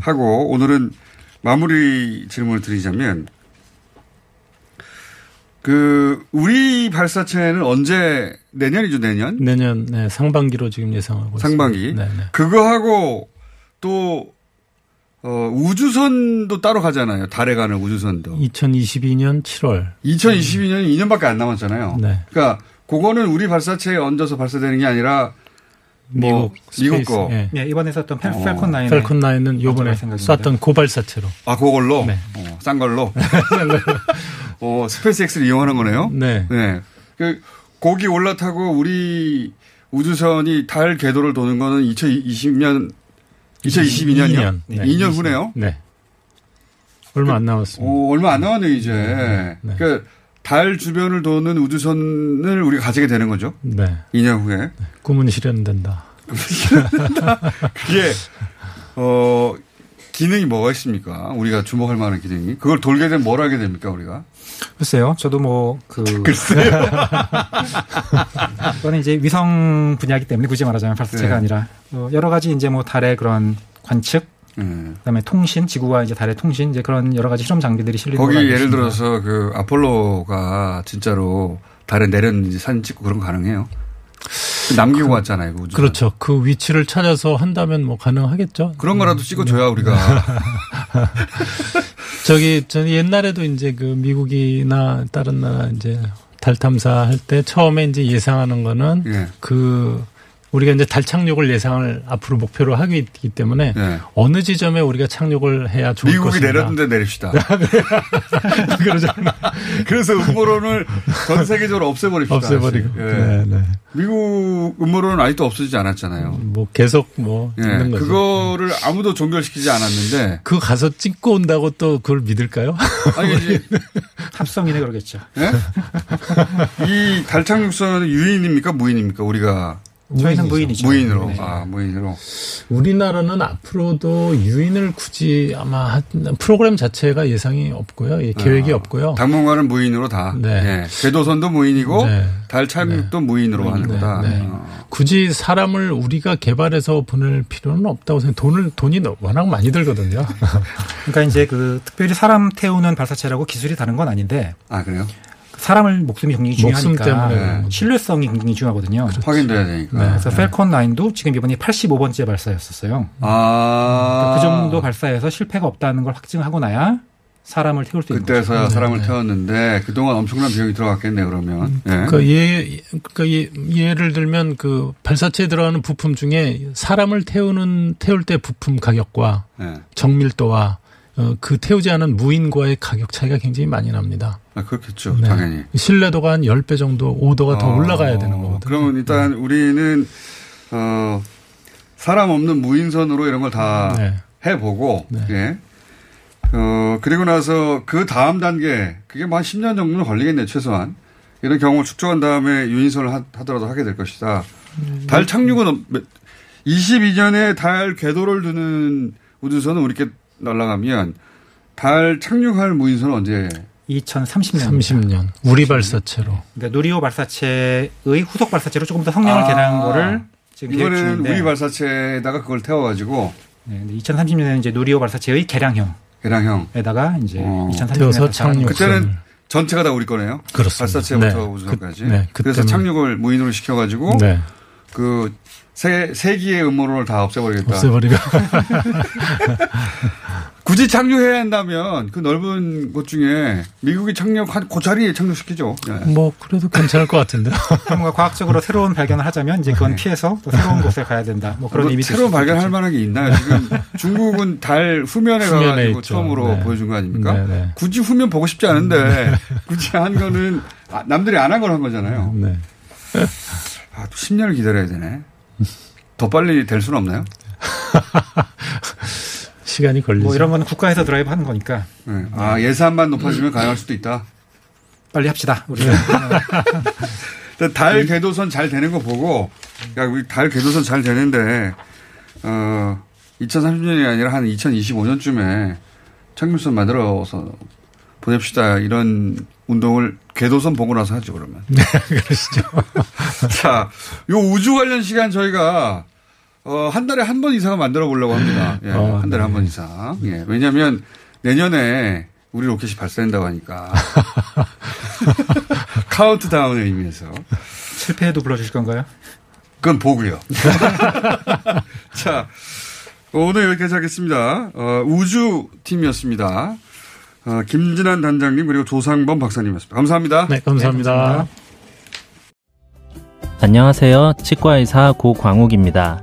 S5: 하고 오늘은 마무리 질문을 드리자면 그 우리 발사체는 언제 내년이죠 내년
S7: 내년 네, 상반기로 지금 예상하고
S5: 상반기
S7: 있습니다. 네, 네.
S5: 그거하고 또 어, 우주선도 따로 가잖아요 달에 가는 우주선도
S7: 2022년 7월.
S5: 2022년이 2년밖에 안 남았잖아요
S7: 음. 네.
S5: 그러니까 그거는 우리 발사체에 얹어서 발사되는 게 아니라 뭐,
S7: 미국
S5: 미국
S7: 스페이스,
S5: 거.
S7: 예.
S8: 예, 이번에 썼던 펠-
S5: 어.
S8: 펠콘 9의
S7: 펠컨 9은 요번에
S8: 얹어갈 생각입니다.
S7: 쐈던 고발사체로.
S5: 아,
S7: *laughs*
S5: 그걸로?
S7: 네.
S5: 어, 싼 걸로? 어, 스페이스X를 이용하는 거네요?
S7: 네.
S5: 네. 그, 고기 올라타고 우리 우주선이 달 궤도를 도는 거는 2020년, 2022년이요?
S7: 22년. 네.
S5: 2년 후네요?
S7: 네.
S8: 그
S7: 얼마 안 남았습니다.
S5: 어, 얼마 안 남았네요, 이제. 그러니까 달 주변을 도는 우주선을 우리가 가지게 되는 거죠.
S7: 네.
S5: 2년 후에.
S7: 꿈은 실현된다.
S5: 그게, 어, 기능이 뭐가 있습니까? 우리가 주목할 만한 기능이. 그걸 돌게 되면 뭘 하게 됩니까, 우리가?
S8: 글쎄요. 저도
S5: *laughs*
S8: 뭐그 글쎄요. *laughs* 이거는 이제 위성 분야이기 때문에 굳이 말하자면 발사체가
S5: 네.
S8: 아니라 어, 여러 가지 이제 뭐 달의 그런 관측,
S5: 음.
S8: 그다음에 통신, 지구와 이제 달의 통신 이제 그런 여러 가지 실험 장비들이 실리는
S5: 거기
S8: 걸로 알고
S5: 예를
S8: 있습니다.
S5: 들어서 그 아폴로가 진짜로 달에 내렸는지 사진 찍고 그런 거 가능해요. 남기고 왔잖아요. 그 우주선.
S7: 그렇죠. 그 위치를 찾아서 한다면 뭐 가능하겠죠. 음. 네.
S5: 그런 거라도 찍어줘야
S7: *laughs*
S5: 우리가.
S7: 저기 저는 옛날에도 이제 그 미국이나 다른 나라 이제 달 탐사할 때 처음에 이제 예상하는 거는
S8: 네.
S5: 예.
S7: 그 우리가 이제 달 착륙을 예상을 앞으로 목표로 하기 때문에
S5: 예.
S7: 어느 지점에 우리가 착륙을 해야 좋을
S5: 미국이
S7: 것인가.
S5: 내렸는데
S7: *laughs*
S5: 내립시다.
S7: 그러잖아.
S5: 그래서 음모론을 전 세계적으로 없애버립시다.
S7: 없애버리고.
S5: 예.
S7: 네, 네.
S5: 미국 음모론은 아직도 없어지지 않았잖아요.
S7: 뭐 계속 뭐
S5: 예.
S7: 있는 거죠.
S5: 그거를 아무도 종결시키지 않았는데.
S7: 그 가서 찍고 온다고 또 그걸 믿을까요?
S5: *laughs* 아니, 이제
S8: 합성이네 그러겠죠.
S5: 예? 이 달착륙선은 유인입니까? 무인입니까? 우리가.
S8: 저희는 무인이죠.
S5: 무인으로.
S8: 네.
S5: 아, 무인으로.
S7: *laughs* 우리나라는 앞으로도 유인을 굳이 아마 하- 프로그램 자체가 예상이 없고요. 예, 계획이 없고요.
S5: 아, 당분간은 무인으로 다.
S7: 네.
S5: 예. 궤도선도 무인이고
S7: 네.
S5: 달 착륙도 무인으로 하는
S7: 네,
S5: 거다.
S7: 네.
S5: 어.
S7: 굳이 사람을 우리가 개발해서 보낼 필요는 없다고 생각. 돈을 돈이 너- 워낙 많이 들거든요.
S8: *laughs* 그러니까 이제 그 특별히 사람 태우는 발사체라고 기술이 다른 건 아닌데
S5: 아 그래요?
S8: 사람을 목숨이 굉장히 중요하니까
S7: 목숨 때문에
S5: 네.
S7: 그런 거죠.
S8: 신뢰성이 굉장히 중요하거든요.
S7: 그렇죠.
S8: 네,
S5: 확인돼야 되니까.
S7: 네,
S8: 그래서 펠컨 9도 지금 이번이 85번째 발사였었어요.
S5: 아.
S8: 그 정도 발사해서 실패가 없다는 걸 확증하고 나야 사람을 태울 수 있는 거죠. 네.
S5: 그때서야
S7: 네.
S5: 사람을 태웠는데 그동안 엄청난 비용이 들어갔겠네 그러면. 예.
S7: 그러니까 예, 그러니까 예, 예를 들면 그 발사체에 들어가는 부품 중에 사람을 태우는 태울 때 부품 가격과
S5: 예.
S7: 정밀도와 어, 그 태우지 않은 무인과의 가격 차이가 굉장히 많이 납니다.
S5: 아, 그렇겠죠.
S7: 네.
S5: 당연히.
S7: 신뢰도가 한 10배 정도, 오도가 더
S8: 어.
S5: 아,
S7: 올라가야 되는 거거든요. 네.
S5: 그러면 일단 우리는 어 사람 없는 무인선으로 이런 걸 다
S7: 네.
S5: 해보고 예. 뭐 어 그리고 나서 그 다음 단계 그게 뭐한 10년 정도는 걸리겠네요 최소한 이런 경험을 축적한 다음에 유인선을 하, 하더라도 하게 될 것이다.
S8: 그러니까
S5: 달 착륙은 22년에 달 궤도를 두는 우주선은 우리께 날아가면 달 착륙할 무인선은 언제
S8: 2030년.
S7: 30년 우리 발사체로
S8: 그러니까 누리호 발사체의 후속 발사체로 조금 더 성능을
S5: 아.
S8: 계산한 거를 지금 계획
S5: 이번에는
S8: 중인데
S5: 우리 발사체에다가 그걸 태워가지고
S8: 네, 2030년에는 이제 누리호 발사체의 개량형에다가
S5: 계량형
S8: 이제
S5: 어.
S8: 2030년에
S7: 태워서 착륙.
S5: 그때는 전체가 다 우리 거네요.
S7: 그렇습니다.
S5: 발사체부터
S7: 네.
S5: 우주선까지.
S7: 그- 네,
S5: 그래서
S7: 그때는-
S5: 착륙을 무인으로 시켜가지고
S7: 네.
S5: 그 세, 세기의 음모론을 다 없애버리겠다.
S7: 없애버리고
S5: *laughs* 굳이 착륙해야 한다면 그 넓은 곳 중에 미국이 착륙한 그 고자리에 착륙시키죠. 네.
S7: 뭐 그래도 괜찮을 것 같은데.
S8: *laughs*
S7: 네.
S8: 뭔가 과학적으로 새로운 발견을 하자면 이제 그건 피해서 또
S7: *laughs*
S8: 새로운 곳에 가야 된다. 뭐 그런
S5: 뭐
S8: 의미
S5: 새로 발견할 만한 게 있나요? 지금 중국은 달 후면에
S7: 후면에
S5: 가가지고
S7: 있죠.
S5: 처음으로
S7: 네.
S5: 보여준 거 아닙니까?
S7: 네, 네.
S5: 굳이 후면 보고 싶지 않은데 굳이 한 거는 아, 남들이 안 한 걸 한 거잖아요.
S7: 네.
S5: 아, 또 10년을 기다려야 되네. 더 빨리 될 수는 없나요?
S7: *laughs* 시간이 걸리죠.
S8: 뭐 이런 건 국가에서 드라이브 하는 거니까
S5: 네. 아, 예산만 높아지면 가능할 수도 있다.
S8: 빨리 합시다.
S7: 네.
S8: 우리가
S5: 근데 달 궤도선 잘 되는 거 보고, 야, 우리 달 궤도선 잘 되는데, 어, 2030년이 아니라 한 2025년쯤에 착륙선 만들어서 보냅시다. 이런 운동을 궤도선 보고 나서 하죠, 그러면.
S7: 네, *laughs* 그러시죠.
S5: *laughs* 자, 요 우주 관련 시간 저희가 어, 한 달에 한 번 이상 은 만들어 보려고 합니다. 예,
S7: 어,
S5: 한 달에 한 번 이상. 예, 왜냐면 내년에 우리 로켓이
S7: *laughs*
S5: 발사된다고 하니까. 카운트다운의 의미에서.
S8: *laughs* 실패해도 불러주실 건가요?
S5: 그건 보고요. *laughs* 자, 오늘 여기까지 하겠습니다. 어, 우주팀이었습니다. 어, 김진환 단장님 그리고 조상범 박사님이었습니다. 감사합니다.
S7: 네, 감사합니다.
S8: 감사합니다.
S9: 안녕하세요. 치과의사 고광욱입니다.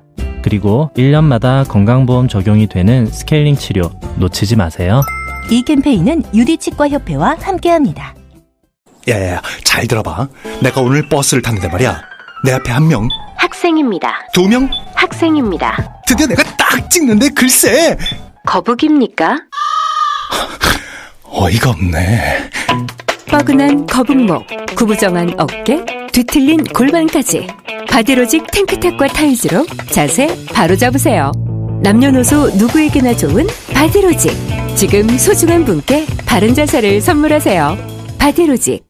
S9: 그리고 1년마다 건강보험 적용이 되는 스케일링 치료 놓치지 마세요.
S10: 이 캠페인은 유디치과협회와 함께합니다.
S11: 야야야 잘 들어봐 내가 오늘 버스를 탔는데 말이야 내 앞에 한 명,
S10: 학생입니다.
S11: 두 명,
S10: 학생입니다.
S11: 드디어 내가 딱 찍는데 글쎄
S10: 거북입니까?
S11: 어이가 없네
S10: 뻐근한 거북목, 구부정한 어깨, 뒤틀린 골반까지 바디로직 탱크탑과 타이즈로 자세 바로 잡으세요. 남녀노소 누구에게나 좋은 바디로직. 지금 소중한 분께 바른 자세를 선물하세요. 바디로직.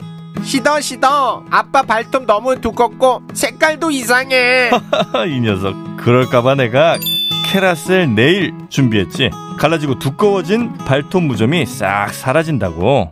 S12: 시더 시더 아빠 발톱 너무 두껍고 색깔도 이상해
S1: *laughs* 이 녀석 그럴까봐 내가 캐라셀 네일 준비했지 갈라지고 두꺼워진 발톱 무좀이 싹 사라진다고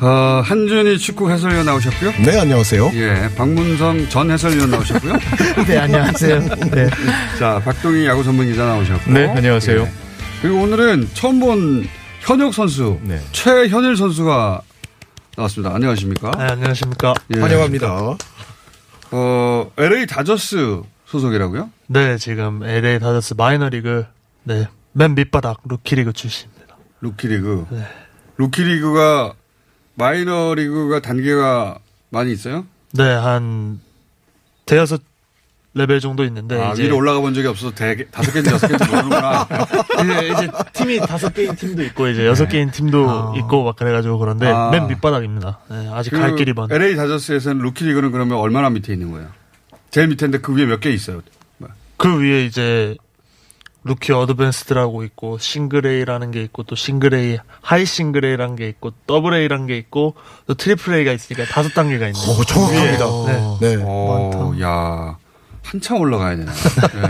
S5: 어, 한준희 축구 해설위원 나오셨고요.
S11: 네 안녕하세요
S5: 예, 박문성 전 해설위원 나오셨고요.
S11: *laughs* 네 안녕하세요 네,
S5: 자, 박동희 야구 전문 기자 나오셨고.
S11: 네, 안녕하세요.
S5: 예. 그리고 오늘은 처음 본 현역 선수
S11: 네.
S5: 최현일 선수가 나왔습니다. 안녕하십니까?
S12: 안녕하십니까
S5: 예.
S11: 환영합니다
S5: 어, LA 다저스 소속이라고요?
S12: 네 지금 LA 다저스 마이너리그 네맨 밑바닥 루키리그 출신입니다 네.
S5: 루키리그. 루키리그가 마이너리그가 단계가 많이 있어요?
S12: 네한 대여섯 레벨 정도
S13: 네,
S12: 있는데
S5: 아, 위로 올라가 본 적이 없어서 대, 다섯 개인지 여섯 개인지 모르는구나.
S12: 이제, 이제
S5: 아,
S12: 팀이 다섯 개인 팀도
S5: *laughs*
S12: 있고 이제 여섯 개인 팀도 있고 막 그래가지고 그런데
S5: 네. 아.
S12: 맨 밑바닥입니다. 네, 아직 갈
S5: 그
S12: 길이 먼.
S5: LA 다저스에서는 루키리그는 그러면 얼마나 밑에 있는 거예요? 제일 밑에인데 그 위에 몇 개 있어요?
S12: 그 위에 이제 루키 어드밴스드라고 있고 싱글레이라는 게 있고 또 싱글레이 하이 싱글레이라는 게 있고 더블레이라는 게 있고 또 트리플레이가 있으니까 다섯 단계가 있는.
S11: 오 정확합니다
S12: 어, 네.
S11: 네.
S5: 오, 어, 야. 한참 올라가야 되나. 네.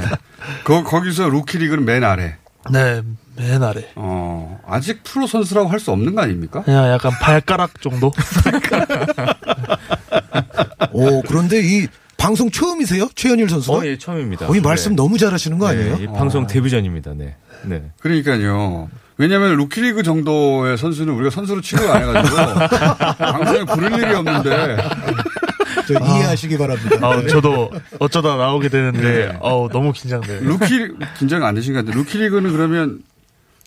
S5: 거, 거기서 루키리그는 맨 아래.
S13: 네, 맨 아래.
S5: 어, 아직 프로 선수라고 할 수 없는 거 아닙니까?
S13: 그냥 약간 발가락 정도?
S14: *laughs* 오, 그런데 이 방송 처음이세요? 최현일 선수가?
S15: 어, 예, 처음입니다.
S14: 어, 이 말씀
S15: 네.
S14: 너무 잘하시는
S12: 예.
S14: 거 아니에요?
S15: 네, 이 방송 데뷔 전입니다. 네. 네.
S5: 어. 그러니까요. 왜냐면 하 루키리그 정도의 선수는 우리가 선수로 취급을 안 해가지고 방송에 부를 일이 없는데
S14: 저 이해하시기 바랍니다.
S13: 아, 저도 어쩌다 나오게 되는데 어우, 너무 긴장돼요.
S5: 네. 루키 긴장 안 되신 것 같은데 루키리그는 그러면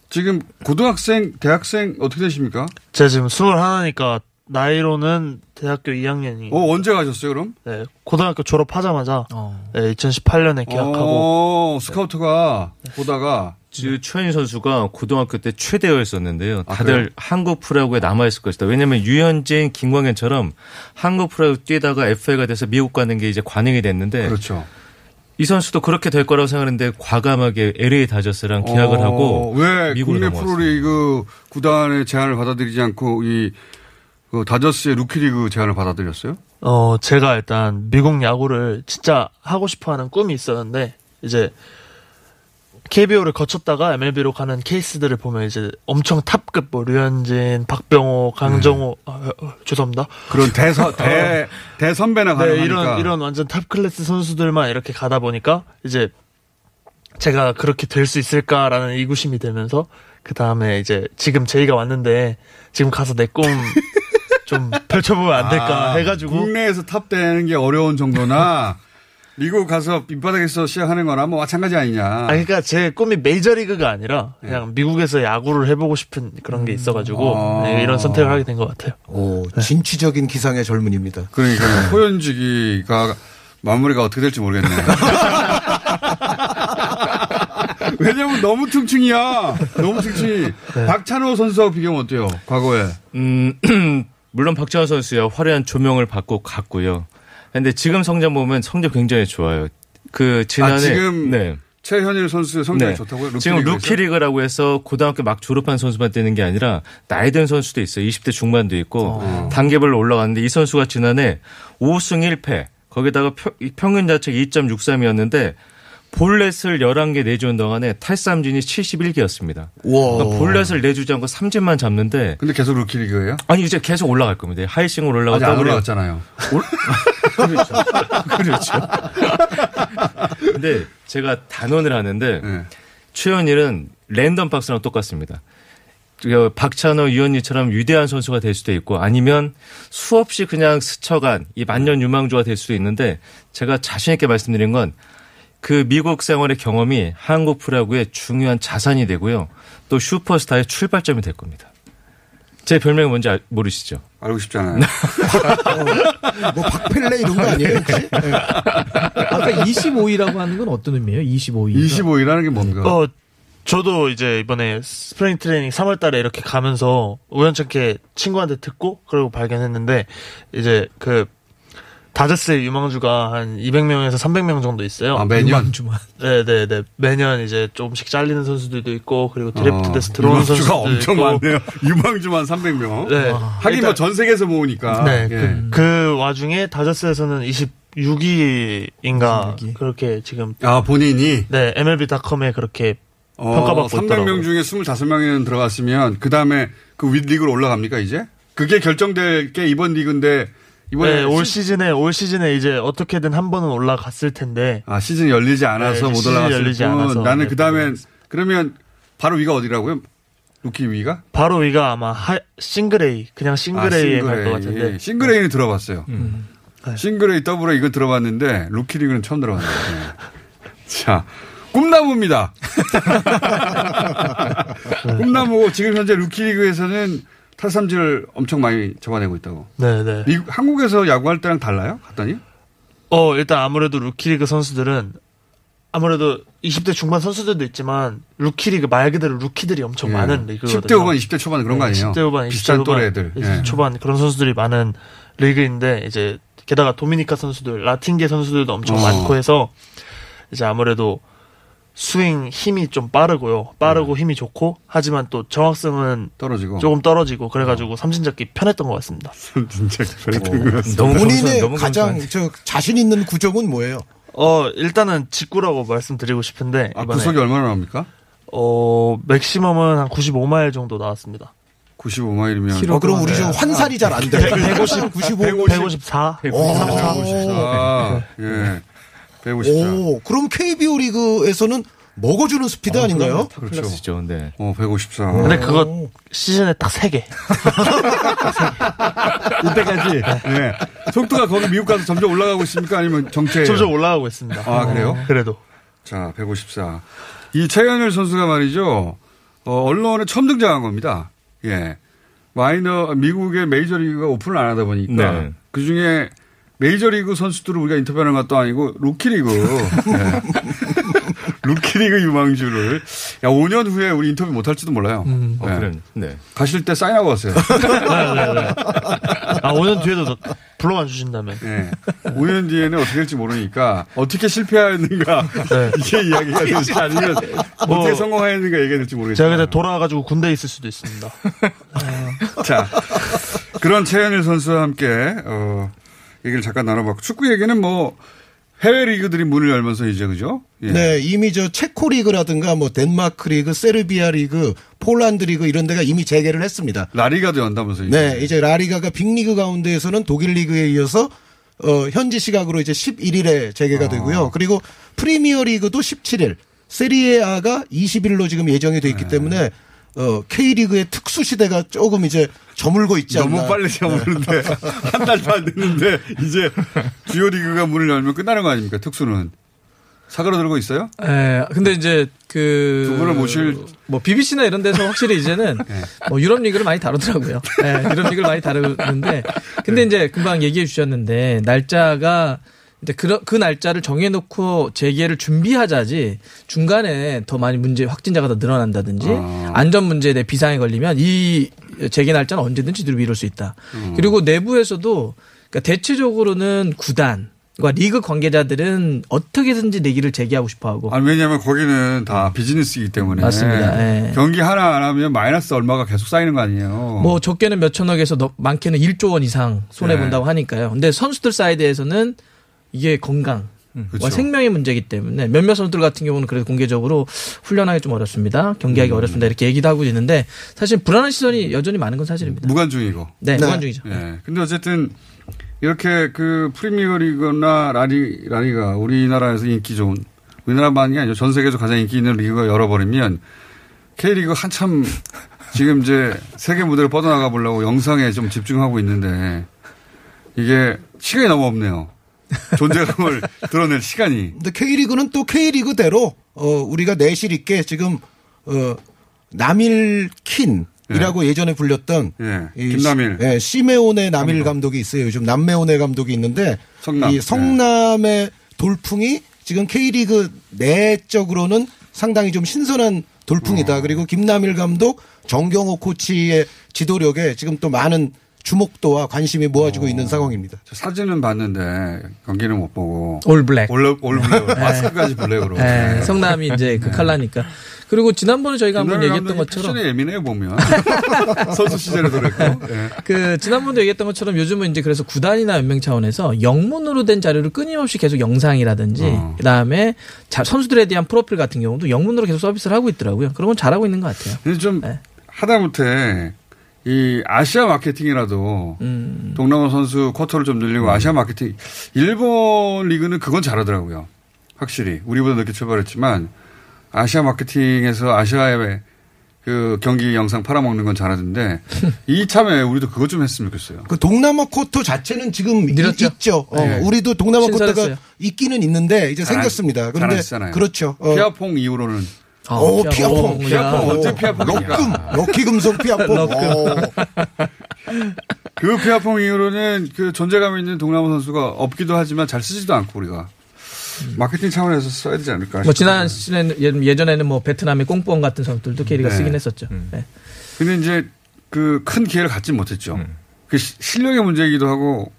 S5: 지금 고등학생, 대학생 어떻게 되십니까?
S13: 제가 지금 21이니까 나이로는 대학교 2학년이.
S5: 어, 언제 가셨어요, 그럼?
S13: 네, 고등학교 졸업하자마자
S12: 어.
S13: 네, 2018년에 계약하고
S5: 어, 스카우트가 보다가
S15: 그 최현희 선수가 고등학교 때 최대였었는데요.
S5: 아,
S15: 다들 한국 프로야구에 남아있을 것이다. 왜냐하면 유현진, 김광현처럼 한국 프로야구 뛰다가 FA가 돼서 미국 가는 게 이제 관행이 됐는데
S5: 그렇죠.
S15: 이 선수도 그렇게 될 거라고 생각했는데 과감하게 LA 다저스랑 계약을
S5: 어,
S15: 하고
S5: 왜
S15: 미국으로
S5: 국내
S15: 넘어왔어요.
S5: 프로리그 구단의 제안을 받아들이지 않고 이 그 다저스의 루키리그 제안을 받아들였어요?
S13: 어, 제가 일단 미국 야구를 진짜 하고 싶어 하는 꿈이 있었는데 이제 KBO를 거쳤다가 MLB로 가는 케이스들을 보면 이제 엄청 탑급 뭐 류현진, 박병호, 강정호 아, 어, 어, 죄송합니다.
S5: 네.
S13: 어.
S5: 그런
S13: *laughs*
S5: 대서 대 대선배나 가능하니까.
S13: 네, 이런 이런 완전 탑 클래스 선수들만 이렇게 가다 보니까 이제 제가 그렇게 될 수 있을까라는 의구심이 들면서 그 다음에 이제 지금 제의가 왔는데 지금 가서 내
S5: *laughs*
S13: 꿈 좀 펼쳐보면 안 될까
S5: 아,
S13: 해가지고
S5: 국내에서 탑되는 게 어려운
S13: *laughs*
S5: 정도나 미국 가서 밑바닥에서 시작하는 거나 뭐 마찬가지 아니냐. 예.
S13: 아 그러니까 제 꿈이 메이저리그가 아니라 그냥 미국에서 야구를 해보고 싶은 그런
S5: 음.
S13: 게 있어가지고
S14: 아.
S13: 네, 이런 선택을 하게 된 것 같아요. 네.
S14: 오, 진취적인 기상의 젊은입니다.
S5: 그러니까 *laughs* 호연지기가 마무리가 어떻게 될지
S13: *laughs*
S5: 모르겠네요. 왜냐면 너무 퉁퉁이야. 너무 퉁퉁이.
S13: 네.
S5: 박찬호 선수하고 비교하면 어때요? 과거에.
S15: 음, *clears throat* 물론 박지원 선수요 화려한 조명을 받고 갔고요. 근데 지금 성적 보면 성적 굉장히 좋아요. 그 지난해
S5: 아, 지금
S15: 네.
S5: 최현일 선수의 성적이 좋다고요? 루키
S15: 지금
S5: 리그에서?
S15: 루키리그라고 해서 고등학교 막 졸업한 선수만 뛰는 게 아니라 나이 든 선수도 있어요. 20대 중반도 있고
S5: 어.
S15: 단계별로 올라갔는데 이 선수가 지난해 5승 1패 거기다가 평- 이 평균 자책 2.63이었는데 볼넷을 11개 내주는 동안에 탈삼진이 71개였습니다. 그러니까
S14: 우와.
S15: 볼넷을 내주지 않고 삼진만 잡는데
S5: 근데 계속 루키리그예요?
S15: 아니 이제 계속 올라갈 겁니다. 하이싱으로
S5: 아직
S15: 올라갔다
S5: 안 올라갔잖아요.
S15: 그렇죠. *laughs* 근데 제가 단언을 하는데
S5: 네.
S15: 최현일은 랜덤 박스랑 똑같습니다. 저 박찬호, 유현일처럼 위대한 선수가 될 수도 있고 아니면 수없이 그냥 스쳐간 이 만년 유망주가 될 수도 있는데 제가 자신 있게 말씀드린 건 그 미국 생활의 경험이 한국 프로야구의 중요한 자산이 되고요. 또 슈퍼스타의 출발점이 될 겁니다. 제 별명이 뭔지 알- 모르시죠?
S5: 알고
S15: *laughs*
S5: 싶잖아요.
S14: 뭐 박펠레 이런 거 아니에요? 혹시?
S16: 아까 25위라고 하는 건 어떤 의미예요? 25위.
S5: 25위라는 게 뭡니까?
S13: 어, 저도 이제 이번에 스프링 트레이닝 3월 달에 이렇게 가면서 우연찮게 친구한테 듣고 그리고 발견했는데 이제 그 다저스의 유망주가 한 200명에서 300명 정도 있어요.
S5: 아, 매년?
S16: 유망주만.
S13: 네, 네, 네. 매년 이제 조금씩 잘리는 선수들도 있고 그리고 드래프트
S5: 어,
S13: 돼서 들어오는 선수들
S5: 유망주가 엄청 많네요. *laughs* 유망주만 300명.
S13: 네.
S5: 하긴
S13: 일단-
S5: 뭐 전 세계에서 모으니까.
S13: 네,
S5: 예.
S13: 그, 그 와중에 다저스에서는 26위인가 그렇게 지금
S5: 아 본인이 어,
S13: 네 MLB.com에 그렇게 평가받고 있더라고요.
S5: 300명 중에 25명이 들어갔으면 그 다음에 그 윗리그로 올라갑니까 이제? 그게 결정될 게 이번 리그인데 이번에
S13: 네, 올
S5: 시,
S13: 시즌에 올 시즌에 이제 어떻게든 한 번은 올라갔을 텐데.
S5: 아 시즌 열리지 않아서
S13: 네,
S5: 못
S13: 시즌이
S5: 올라갔을
S13: 열리지
S5: 뿐
S13: 않아서.
S5: 나는
S13: 네,
S5: 그 다음에 그러면 바로 위가 어디라고요? 루키 위가?
S13: 바로 위가 아마 하, 싱글레이 그냥 싱글레이에 예. 갈 것 같은데.
S5: 예, 싱글레이는 들어봤어요.
S13: 음.
S5: 네. 싱글레이 더블에 이거 들어봤는데 루키리그는 처음 들어봤네요. *laughs* 네. 자 꿈나무입니다. *laughs* 꿈나무고 지금 현재 루키리그에서는 탈삼진을 엄청 많이 잡아내고 있다고.
S13: 네, 네.
S5: 미- 한국에서 야구할 때랑 달라요? 갔더니?
S13: 어,
S5: *laughs*
S13: 일단 아무래도 루키리그 선수들은 아무래도 20대 중반 선수들도 있지만 루키리그 말 그대로 루키들이 엄청
S5: 예.
S13: 많은 리그거든요.
S5: 10대 후반, 20대 초반 그런 거 아니에요?
S13: 10대 후반, 20대
S5: 비슷한
S13: 후반,
S5: 또래 애들.
S13: 20대
S5: 예.
S13: 초반 그런 선수들이 많은 리그인데 이제 게다가 도미니카 선수들, 라틴계 선수들도 엄청
S5: 어.
S13: 많고 해서 이제 아무래도 스윙 힘이 좀 빠르고요. 빠르고 힘이 좋고 하지만 또 정확성은
S5: 예. 떨어지고
S13: 조금 떨어지고 그래가지고 삼진 잡기 편했던 것 같습니다.
S5: 삼진 잡기 *laughs*
S14: 네,
S5: 네,
S14: 본인의 가장 저 자신 있는 구정은 뭐예요?
S13: 어 일단은 직구라고 말씀드리고 싶은데
S5: 아,
S13: 이번에
S5: 구속이 얼마나 나옵니까?
S13: 어 맥시멈은 한 95마일 정도 나왔습니다.
S5: 95마일이면 네.
S14: 어, 그럼 우리 좀 환산이 잘 안 돼.
S13: 150, 95, 154.
S5: 어, 예. 154.
S14: 오, 그럼 KBO 리그에서는 먹어주는 스피드 아닌가요? 아.
S15: 그렇죠. 네.
S5: 어, 154.
S13: 근데 그거 시즌에 딱 3개.
S5: 이때까지.
S13: *laughs*
S5: 예. 속도가 거기 미국 가서 점점 올라가고 있습니까? 아니면 정체?
S13: 점점 올라가고 있습니다. 네,
S5: 아, 그래요?
S13: 그래도.
S5: 자, 154. 이 최현일 선수가 말이죠. 어, 언론에 처음 등장한 겁니다. 예. 마이너, 미국의 메이저리그가 오픈을 안 하다 보니까.
S15: 네.
S5: 그 중에 메이저리그 선수들을 우리가 인터뷰하는 것도 아니고,
S13: *laughs*
S5: 루키리그. 예. 루키리그 유망주를. 야, 5년 후에 우리 인터뷰 못할지도 몰라요.
S13: 음.
S15: 어,
S5: 예.
S15: 그럼, 네.
S5: 가실 때 사인하고
S13: *laughs*
S5: 가세요.
S13: 네, 아, 5년 뒤에도 너- 불러만 주신다면.
S5: 예. 5년 뒤에는 어떻게 될지 모르니까 어떻게 실패하였는가 *laughs* 이게 이야기가 될지 아니면
S13: 뭐,
S5: 어떻게 성공하였는가 얘기가 될지
S13: 제가
S5: 모르겠어요.
S13: 근데 돌아와가지고 군대에 있을 수도
S14: *laughs*
S13: 있습니다.
S5: 자 그런 최현일 선수와 함께 어, 얘기를 잠깐 나눠봤고 축구 얘기는 뭐 해외 리그들이 문을 열면서 이제 그죠? 예.
S14: *laughs* 네, 이미 저 체코 리그라든가 뭐 덴마크 리그, 세르비아 리그, 폴란드 리그 이런 데가 이미 재개를 했습니다.
S5: 라리가도 연다면서 이제.
S14: 네, 이제 라리가가 빅리그 가운데에서는 독일 리그에 이어서 어, 현지 시각으로 이제 11일에
S5: 아.
S14: 재개가 되고요. 그리고 프리미어 리그도 17일, 세리에아가 20일로 지금 예정이 돼
S5: 네.
S14: 있기 때문에 어, K리그의 특수 시대가 조금 이제 저물고 있지 않나. 네.
S5: 너무 빨리 잡으는데 *laughs* 한 달도 안 됐는데 이제 주요 리그가 문을 열면 끝나는 거 아닙니까? 특수는 사그라들고 있어요?
S16: 예, 근데 이제 그.
S5: 두 분을 모실- 네.
S16: 뭐 BBC나 이런 데서
S5: *laughs*
S16: 확실히 이제는 뭐 유럽 리그를 많이 다루더라고요. 예, 유럽 리그를 많이 다루는데. 근데
S5: 네.
S16: 이제 금방 얘기해 주셨는데 날짜가 이제 그, 그 날짜를 정해놓고 재개를 준비하자지 중간에 더 많이 문제 확진자가 더 늘어난다든지
S5: 아.
S16: 안전 문제에 대해 비상에 걸리면 이 재개 날짜는 언제든지 뒤로 미룰 수 있다. 음. 그리고 내부에서도 그러니까 대체적으로는 구단 과 리그 관계자들은 어떻게든지 내기를 재개하고 싶어하고
S5: 아, 왜냐하면 거기는 다 비즈니스이기 때문에
S16: 맞습니다. 예.
S5: 경기 하나 안 하면 마이너스 얼마가 계속 쌓이는 거 아니에요.
S16: 뭐 적게는 몇 천억에서 너- 많게는 1조 원 이상
S5: 네.
S16: 손해 본다고 하니까요. 근데 선수들 사이드에서는 이게 건강.
S5: 음. 그렇죠.
S16: 와 생명의 문제이기 때문에 몇몇 선수들 같은 경우는 그래도 공개적으로 훈련하기 좀 어렵습니다. 경기하기
S5: 음.
S16: 어렵습니다. 이렇게 얘기도 하고 있는데 사실 불안한 시선이 여전히 많은 건 사실입니다.
S5: 무관중이고.
S16: 네, 무관중이죠.
S5: 예. 근데 어쨌든 이렇게 그 프리미어리그나 라리 라리가 우리나라에서 인기 좋은 우리나라만이 아니라 전 세계에서 가장 인기 있는 리그가 열어버리면 K리그 한참 *laughs* 지금 이제 세계 무대로 뻗어나가 보려고 영상에 좀 집중하고 있는데 이게 시간이 너무 없네요. 존재감을 *laughs* 드러낼 시간이.
S14: 근데 K리그는 또 K리그대로 어, 우리가 내실 있게 지금 어, 남일킨이라고 예. 전에 불렸던
S5: 예.
S14: 이
S5: 김남일.
S14: 시- 예, 시메온의 남일 감독이 있어요. 요즘 남메온의 감독이 있는데
S5: 성남. 예.
S14: 이 성남의 돌풍이 지금 K리그 내적으로는 상당히 좀 신선한
S5: 어.
S14: 돌풍이다. 그리고 김남일 감독, 정경호 코치의 지도력에 지금 또 많은 주목도와 관심이
S5: 어.
S14: 모아지고 있는 상황입니다.
S5: 저 사진은 봤는데 경기는 못 보고
S16: 올 블랙.
S5: 올, 올 블랙
S16: 네.
S5: 마스크까지 네. 블랙으로.
S16: 예, 성남이 이제 그 칼라니까. 그리고 지난번에 저희가 한번
S5: 김남일
S16: 얘기했던
S5: 감독이
S16: 것처럼
S5: 패션에 예민해요 보면 *laughs* 선수 시절에 그랬고 예.
S16: 그 지난번도 얘기했던 것처럼 요즘은 이제 그래서 구단이나 연맹 차원에서 영문으로 된 자료를 끊임없이 계속 영상이라든지
S5: 어.
S16: 그다음에 자- 선수들에 대한 프로필 같은 경우도 영문으로 계속 서비스를 하고 있더라고요. 그런 건 잘하고 있는 것 같아요. 예.
S5: 근데 좀 하다못해 이 아시아 마케팅이라도
S16: 음.
S5: 동남아 선수 쿼터를 좀 늘리고 아시아 마케팅 일본 리그는 그건 잘하더라고요. 확실히 우리보다 늦게 출발했지만 아시아 마케팅에서 아시아의 그 경기 영상 팔아먹는 건
S16: *laughs*
S5: 잘하던데 이참에 우리도 그것 좀 했으면 좋겠어요.
S14: 그 동남아 쿼터 자체는 지금 이-
S5: 늘었죠?
S14: 있죠. 어,
S5: 네.
S14: 우리도 동남아
S5: 신설했어요.
S14: 쿼터가 있기는 있는데 이제
S5: 잘 안-
S14: 생겼습니다.
S5: 잘안
S14: 그런데
S5: 쓰잖아요.
S14: 그렇죠. 어.
S5: 피아퐁 이후로는
S14: 오, 어, 피아퐁.
S5: 피아퐁 언제 피아퐁
S14: 럭금, 럭키 금속 피아퐁. 어.
S5: 그 피아퐁 이후로는 그 존재감 있는 동남아 선수가 없기도 하지만 잘 쓰지도 않고 우리가 마케팅 차원에서 써야 되지 않을까 싶어요.
S16: 뭐 지난 시즌에는 예- 예전에는 뭐 베트남의 꽁뽕 같은 선수들도 K리가
S5: 네.
S16: 쓰긴 했었죠. 네.
S5: 근데 이제 그 큰 기회를 갖지 못했죠.
S14: 음.
S5: 그 시- 실력의 문제이기도 하고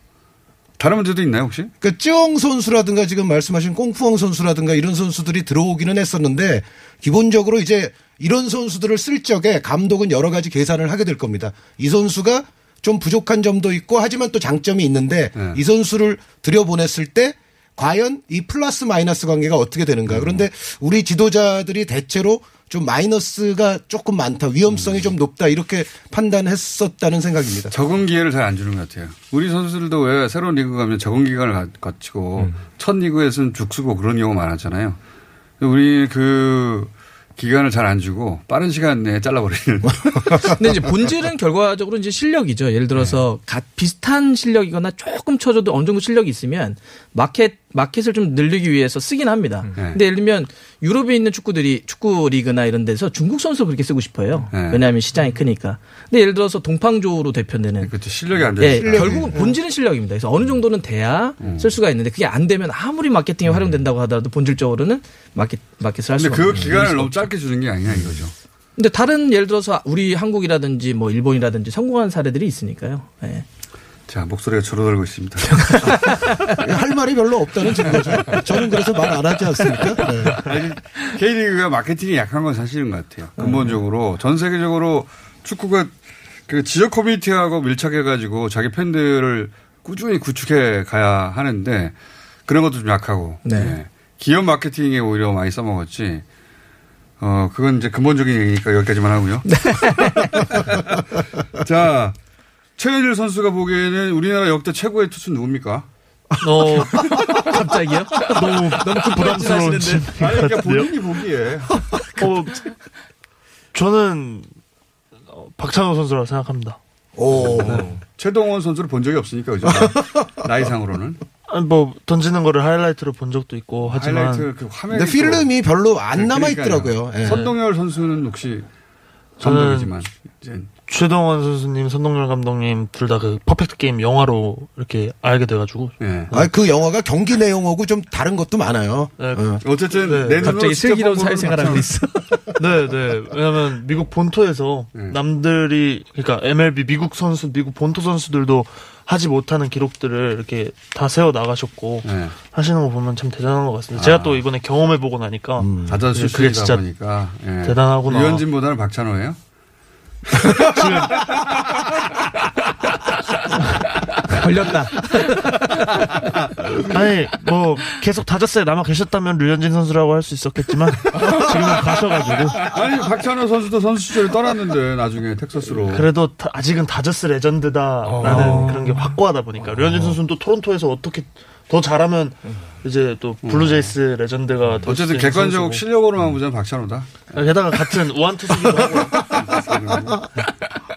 S5: 다른 문제도 있나요 혹시?
S14: 그러니까 쯔엉 선수라든가 지금 말씀하신 꽁푸엉 선수라든가 이런 선수들이 들어오기는 했었는데 기본적으로 이제 이런 선수들을 쓸 적에 감독은 여러 가지 계산을 하게 될 겁니다. 이 선수가
S5: 네.
S14: 좀 부족한 점도 있고 하지만 또 장점이 있는데 이 선수를 들여보냈을 때 과연 이 플러스 마이너스 관계가 어떻게
S5: 음.
S14: 되는가. 그런데 우리 지도자들이 대체로 좀 마이너스가 조금 많다,
S5: 음.
S14: 위험성이 좀 높다 이렇게 판단했었다는 생각입니다.
S5: 적응 기회를 잘 안 주는 것 같아요. 우리 선수들도 왜 새로운 리그 가면 적응 기간을 가- 거치고
S14: 음.
S5: 첫 리그에서는 죽쓰고 그런 경우 많았잖아요. 우리 그 기간을 잘 안 주고 빠른 시간 내에
S14: *laughs*
S5: 잘라버리는.
S16: 근데 이제 본질은 결과적으로 이제 실력이죠. 예를 들어서
S5: 네.
S16: 가- 비슷한 실력이거나 조금 쳐줘도 어느 정도 실력이 있으면 마켓 마켓을 좀 늘리기 위해서 쓰긴 합니다.
S5: 음. 네.
S16: 근데 예를 들면 유럽에 있는 축구들이 축구 리그나 이런 데서 중국 선수 그렇게 쓰고 싶어요.
S5: 네.
S16: 왜냐하면 시장이 크니까. 근데 예를 들어서 동팡조로 대표되는
S5: 그렇죠. 실력이 음. 안
S16: 예,
S5: 되니까.
S16: 결국은 본질은 실력입니다. 그래서 어느 정도는 돼야 쓸 수가 있는데 그게 안 되면 아무리 마케팅에 활용된다고 하더라도 본질적으로는 마켓 마켓을 할
S5: 음. 근데
S16: 수가
S5: 그
S16: 없는
S5: 기간을 너무 짧게 주는 게 아니냐 이거죠.
S16: 근데 다른 예를 들어서 우리 한국이라든지 뭐 일본이라든지 성공한 사례들이 있으니까요. 예.
S5: 자 목소리가 줄어들고 있습니다.
S14: 할 말이 별로
S16: *laughs*
S14: 없다는 증거죠. 저는 그래서 말 안 하지 않습니까? 네.
S5: 아니, K리그가 마케팅이 약한 건 사실인 것 같아요. 근본적으로 전 세계적으로 축구가 그 지역 커뮤니티하고 밀착해가지고 자기 팬들을 꾸준히 구축해 가야 하는데 그런 것도 좀 약하고
S16: 네.
S5: 예. 기업 마케팅에 오히려 많이 써먹었지. 어 그건 이제 근본적인 얘기니까 여기까지만 하고요.
S16: 네.
S5: *laughs* 자 최현일 선수가 보기에는 우리나라 역대 최고의 투수 누굽니까?
S16: 어, *laughs* 갑자기요? *laughs*
S13: 너무
S14: 아,
S13: 너무 좀 부담스러운 질문
S5: 아니 그러니까
S13: 같은데요?
S5: 본인이 보기에
S13: 어, 저는 어, 박찬호 선수라고 생각합니다.
S14: 오.
S5: *laughs* 최동원 선수를 본 적이 없으니까
S14: *laughs*
S5: 그죠? 나이상으로는.
S13: 아니, 뭐 던지는 거를 하이라이트로 본 적도 있고 하지만
S5: 하이라이트 그 화면이 그
S14: 근데 필름이 별로 안 남아있더라고요. 예.
S5: 선동열 선수는 혹시
S13: 저는
S5: 감독이지만 이제
S13: 최동원 선수님, 선동열 감독님 둘 다 그 퍼펙트 게임 영화로 이렇게 알게 돼가지고.
S5: 예.
S14: 아, 그 영화가 경기 내용하고 좀 다른 것도 많아요.
S13: 그,
S14: 어.
S5: 어쨌든
S14: 내 눈으로 갑자기 직접 슬기로운 본 거는 사회생활 하고
S5: 있어.
S13: *laughs* 네, 네. 왜냐면 미국 본토에서
S5: 네.
S13: 남들이 그러니까 MLB 미국 선수, 미국 본토 선수들도 하지 못하는 기록들을 이렇게 다 세워 나가셨고 하시는 거 보면 참 대단한 것
S5: 네.
S13: 같습니다.
S5: 아. 음.
S13: 제가 또 이번에 경험해 보고 나니까
S14: 음.
S5: 다다수
S13: 그게 진짜
S5: 네, 보니까 예.
S13: 대단하구나.
S14: *laughs*
S5: 유현진보다는 박찬호예요?
S16: 걸렸다.
S13: *laughs* 아니 뭐 계속 다저스에 남아 계셨다면 류현진 선수라고 할
S5: *laughs*
S13: 수 있었겠지만 지금은 가셔가지고
S5: 아니 박찬호 선수도 선수 시절을 떠났는데 나중에 텍사스로.
S13: 그래도 다- 아직은 다저스 레전드다라는
S5: 어.
S13: 그런 게 확고하다 보니까 류현진 선수는 또 토론토에서 어떻게 더 잘하면 이제 또 블루제이스 레전드가 될수
S5: 음. 어쨌든
S13: 있는
S5: 객관적
S13: 선수고.
S5: 실력으로만 보자면 박찬호다.
S13: 아, 게다가 같은
S5: *laughs*
S13: 우한투수기도 하고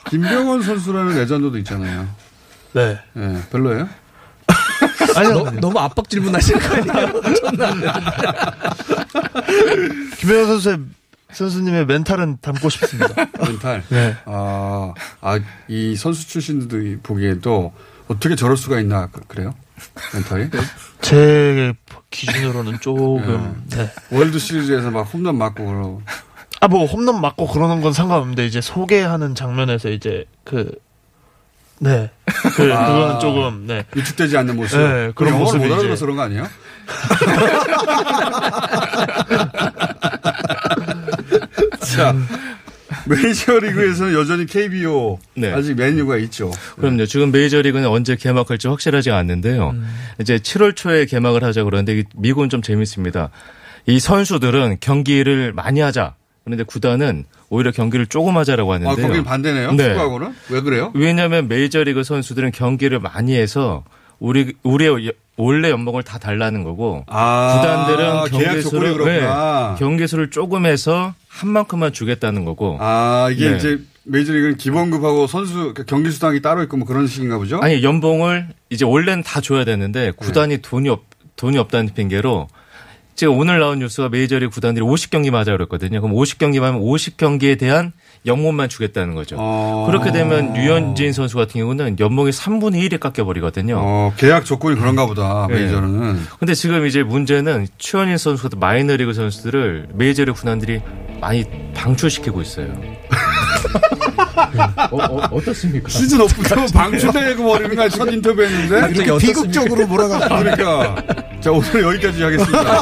S5: 김병원 선수라는 레전드도 있잖아요.
S13: 네.
S5: 별로예요?
S13: *laughs* 아니
S16: 너무 압박 질문하실
S13: *laughs*
S16: 거 아니에요?
S13: 김혜연 선수의 선수님의 멘탈은 담고 싶습니다.
S5: 멘탈.
S13: 네.
S5: 아, 아, 이 선수 출신들이 보기에도 어떻게 저럴 수가 있나 그- 그래요? 멘탈이?
S13: 네.
S5: 예.
S13: 제 기준으로는
S5: 음.
S13: 조금 네.
S5: 월드 시리즈에서 막 홈런 맞고 그러고.
S13: 아 뭐 홈런 맞고 그러는 건 상관없는데 이제 소개하는 장면에서 이제 그 네. 그,
S5: *laughs* 아.
S13: 그건 조금, 네.
S5: 위축되지 않는 모습.
S13: 네, 그런
S5: 영어를
S13: 모습이
S5: 못
S13: 이제-
S5: 알아들어서 그런 거 아니에요?
S14: *laughs*
S5: *laughs* 자, 메이저리그에서는 여전히 KBO 아직 메뉴가 있죠.
S15: 그럼요. 지금 메이저리그는 언제 개막할지 확실하지 않는데요. 이제 7월 초에 개막을 하자 그러는데 이 미국은 좀 재밌습니다. 이 선수들은 경기를 많이 하자. 그런데 구단은 오히려 경기를 조금 하자라고 하는데요.
S5: 아, 거긴 반대네요. 축구하고는 왜 그래요?
S15: 왜냐하면 메이저리그 선수들은 경기를 많이 해서 우리 우리의 여- 원래 연봉을 다 달라는 거고
S5: 아,
S15: 구단들은
S5: 계약
S15: 경기
S5: 조건이
S15: 수를 네,
S5: 그렇구나.
S15: 경기 수를 조금 해서 한 만큼만 주겠다는 거고
S5: 아, 이게
S15: 네.
S5: 이제 메이저리그는 기본급하고 선수 그러니까 경기 수당이 따로 있고 뭐 그런 식인가 보죠? 네.
S15: 아니 연봉을 이제 원래는 다 줘야 되는데 구단이 돈이 없 돈이 없다는 핑계로 지금 오늘 나온 뉴스가 메이저리그 구단들이 50경기 맞아 그랬거든요. 그럼 50경기만 하면 50경기에 대한 연봉만 주겠다는 거죠.
S5: 아.
S15: 그렇게 되면 류현진 선수 같은 경우는 연봉이 3분의 1이 깎여 버리거든요.
S5: 어, 계약 조건이 그런가 보다. 메이저는.
S15: 근데 지금 이제 문제는 최원일 선수가 마이너리그 선수들을 메이저리그 구단들이 많이 방출시키고
S5: *laughs*
S15: 있어요.
S3: 어, 떻습니까
S5: 시즌 오프면 방출되고 버리는 거야. 첫 인터뷰 했는데.
S3: 갑자기
S5: 이렇게
S3: 어떻습니까?
S5: 비극적으로 몰아가고. 그러니까. 자, 오늘 여기까지 하겠습니다.
S14: 아,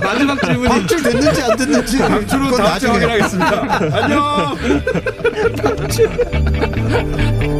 S5: *laughs* 마지막 질문이.
S14: 방출됐는지 안 됐는지
S5: 방출은
S14: 그건
S5: 다음 주에
S14: 나중에.
S5: 확인하겠습니다. 안녕!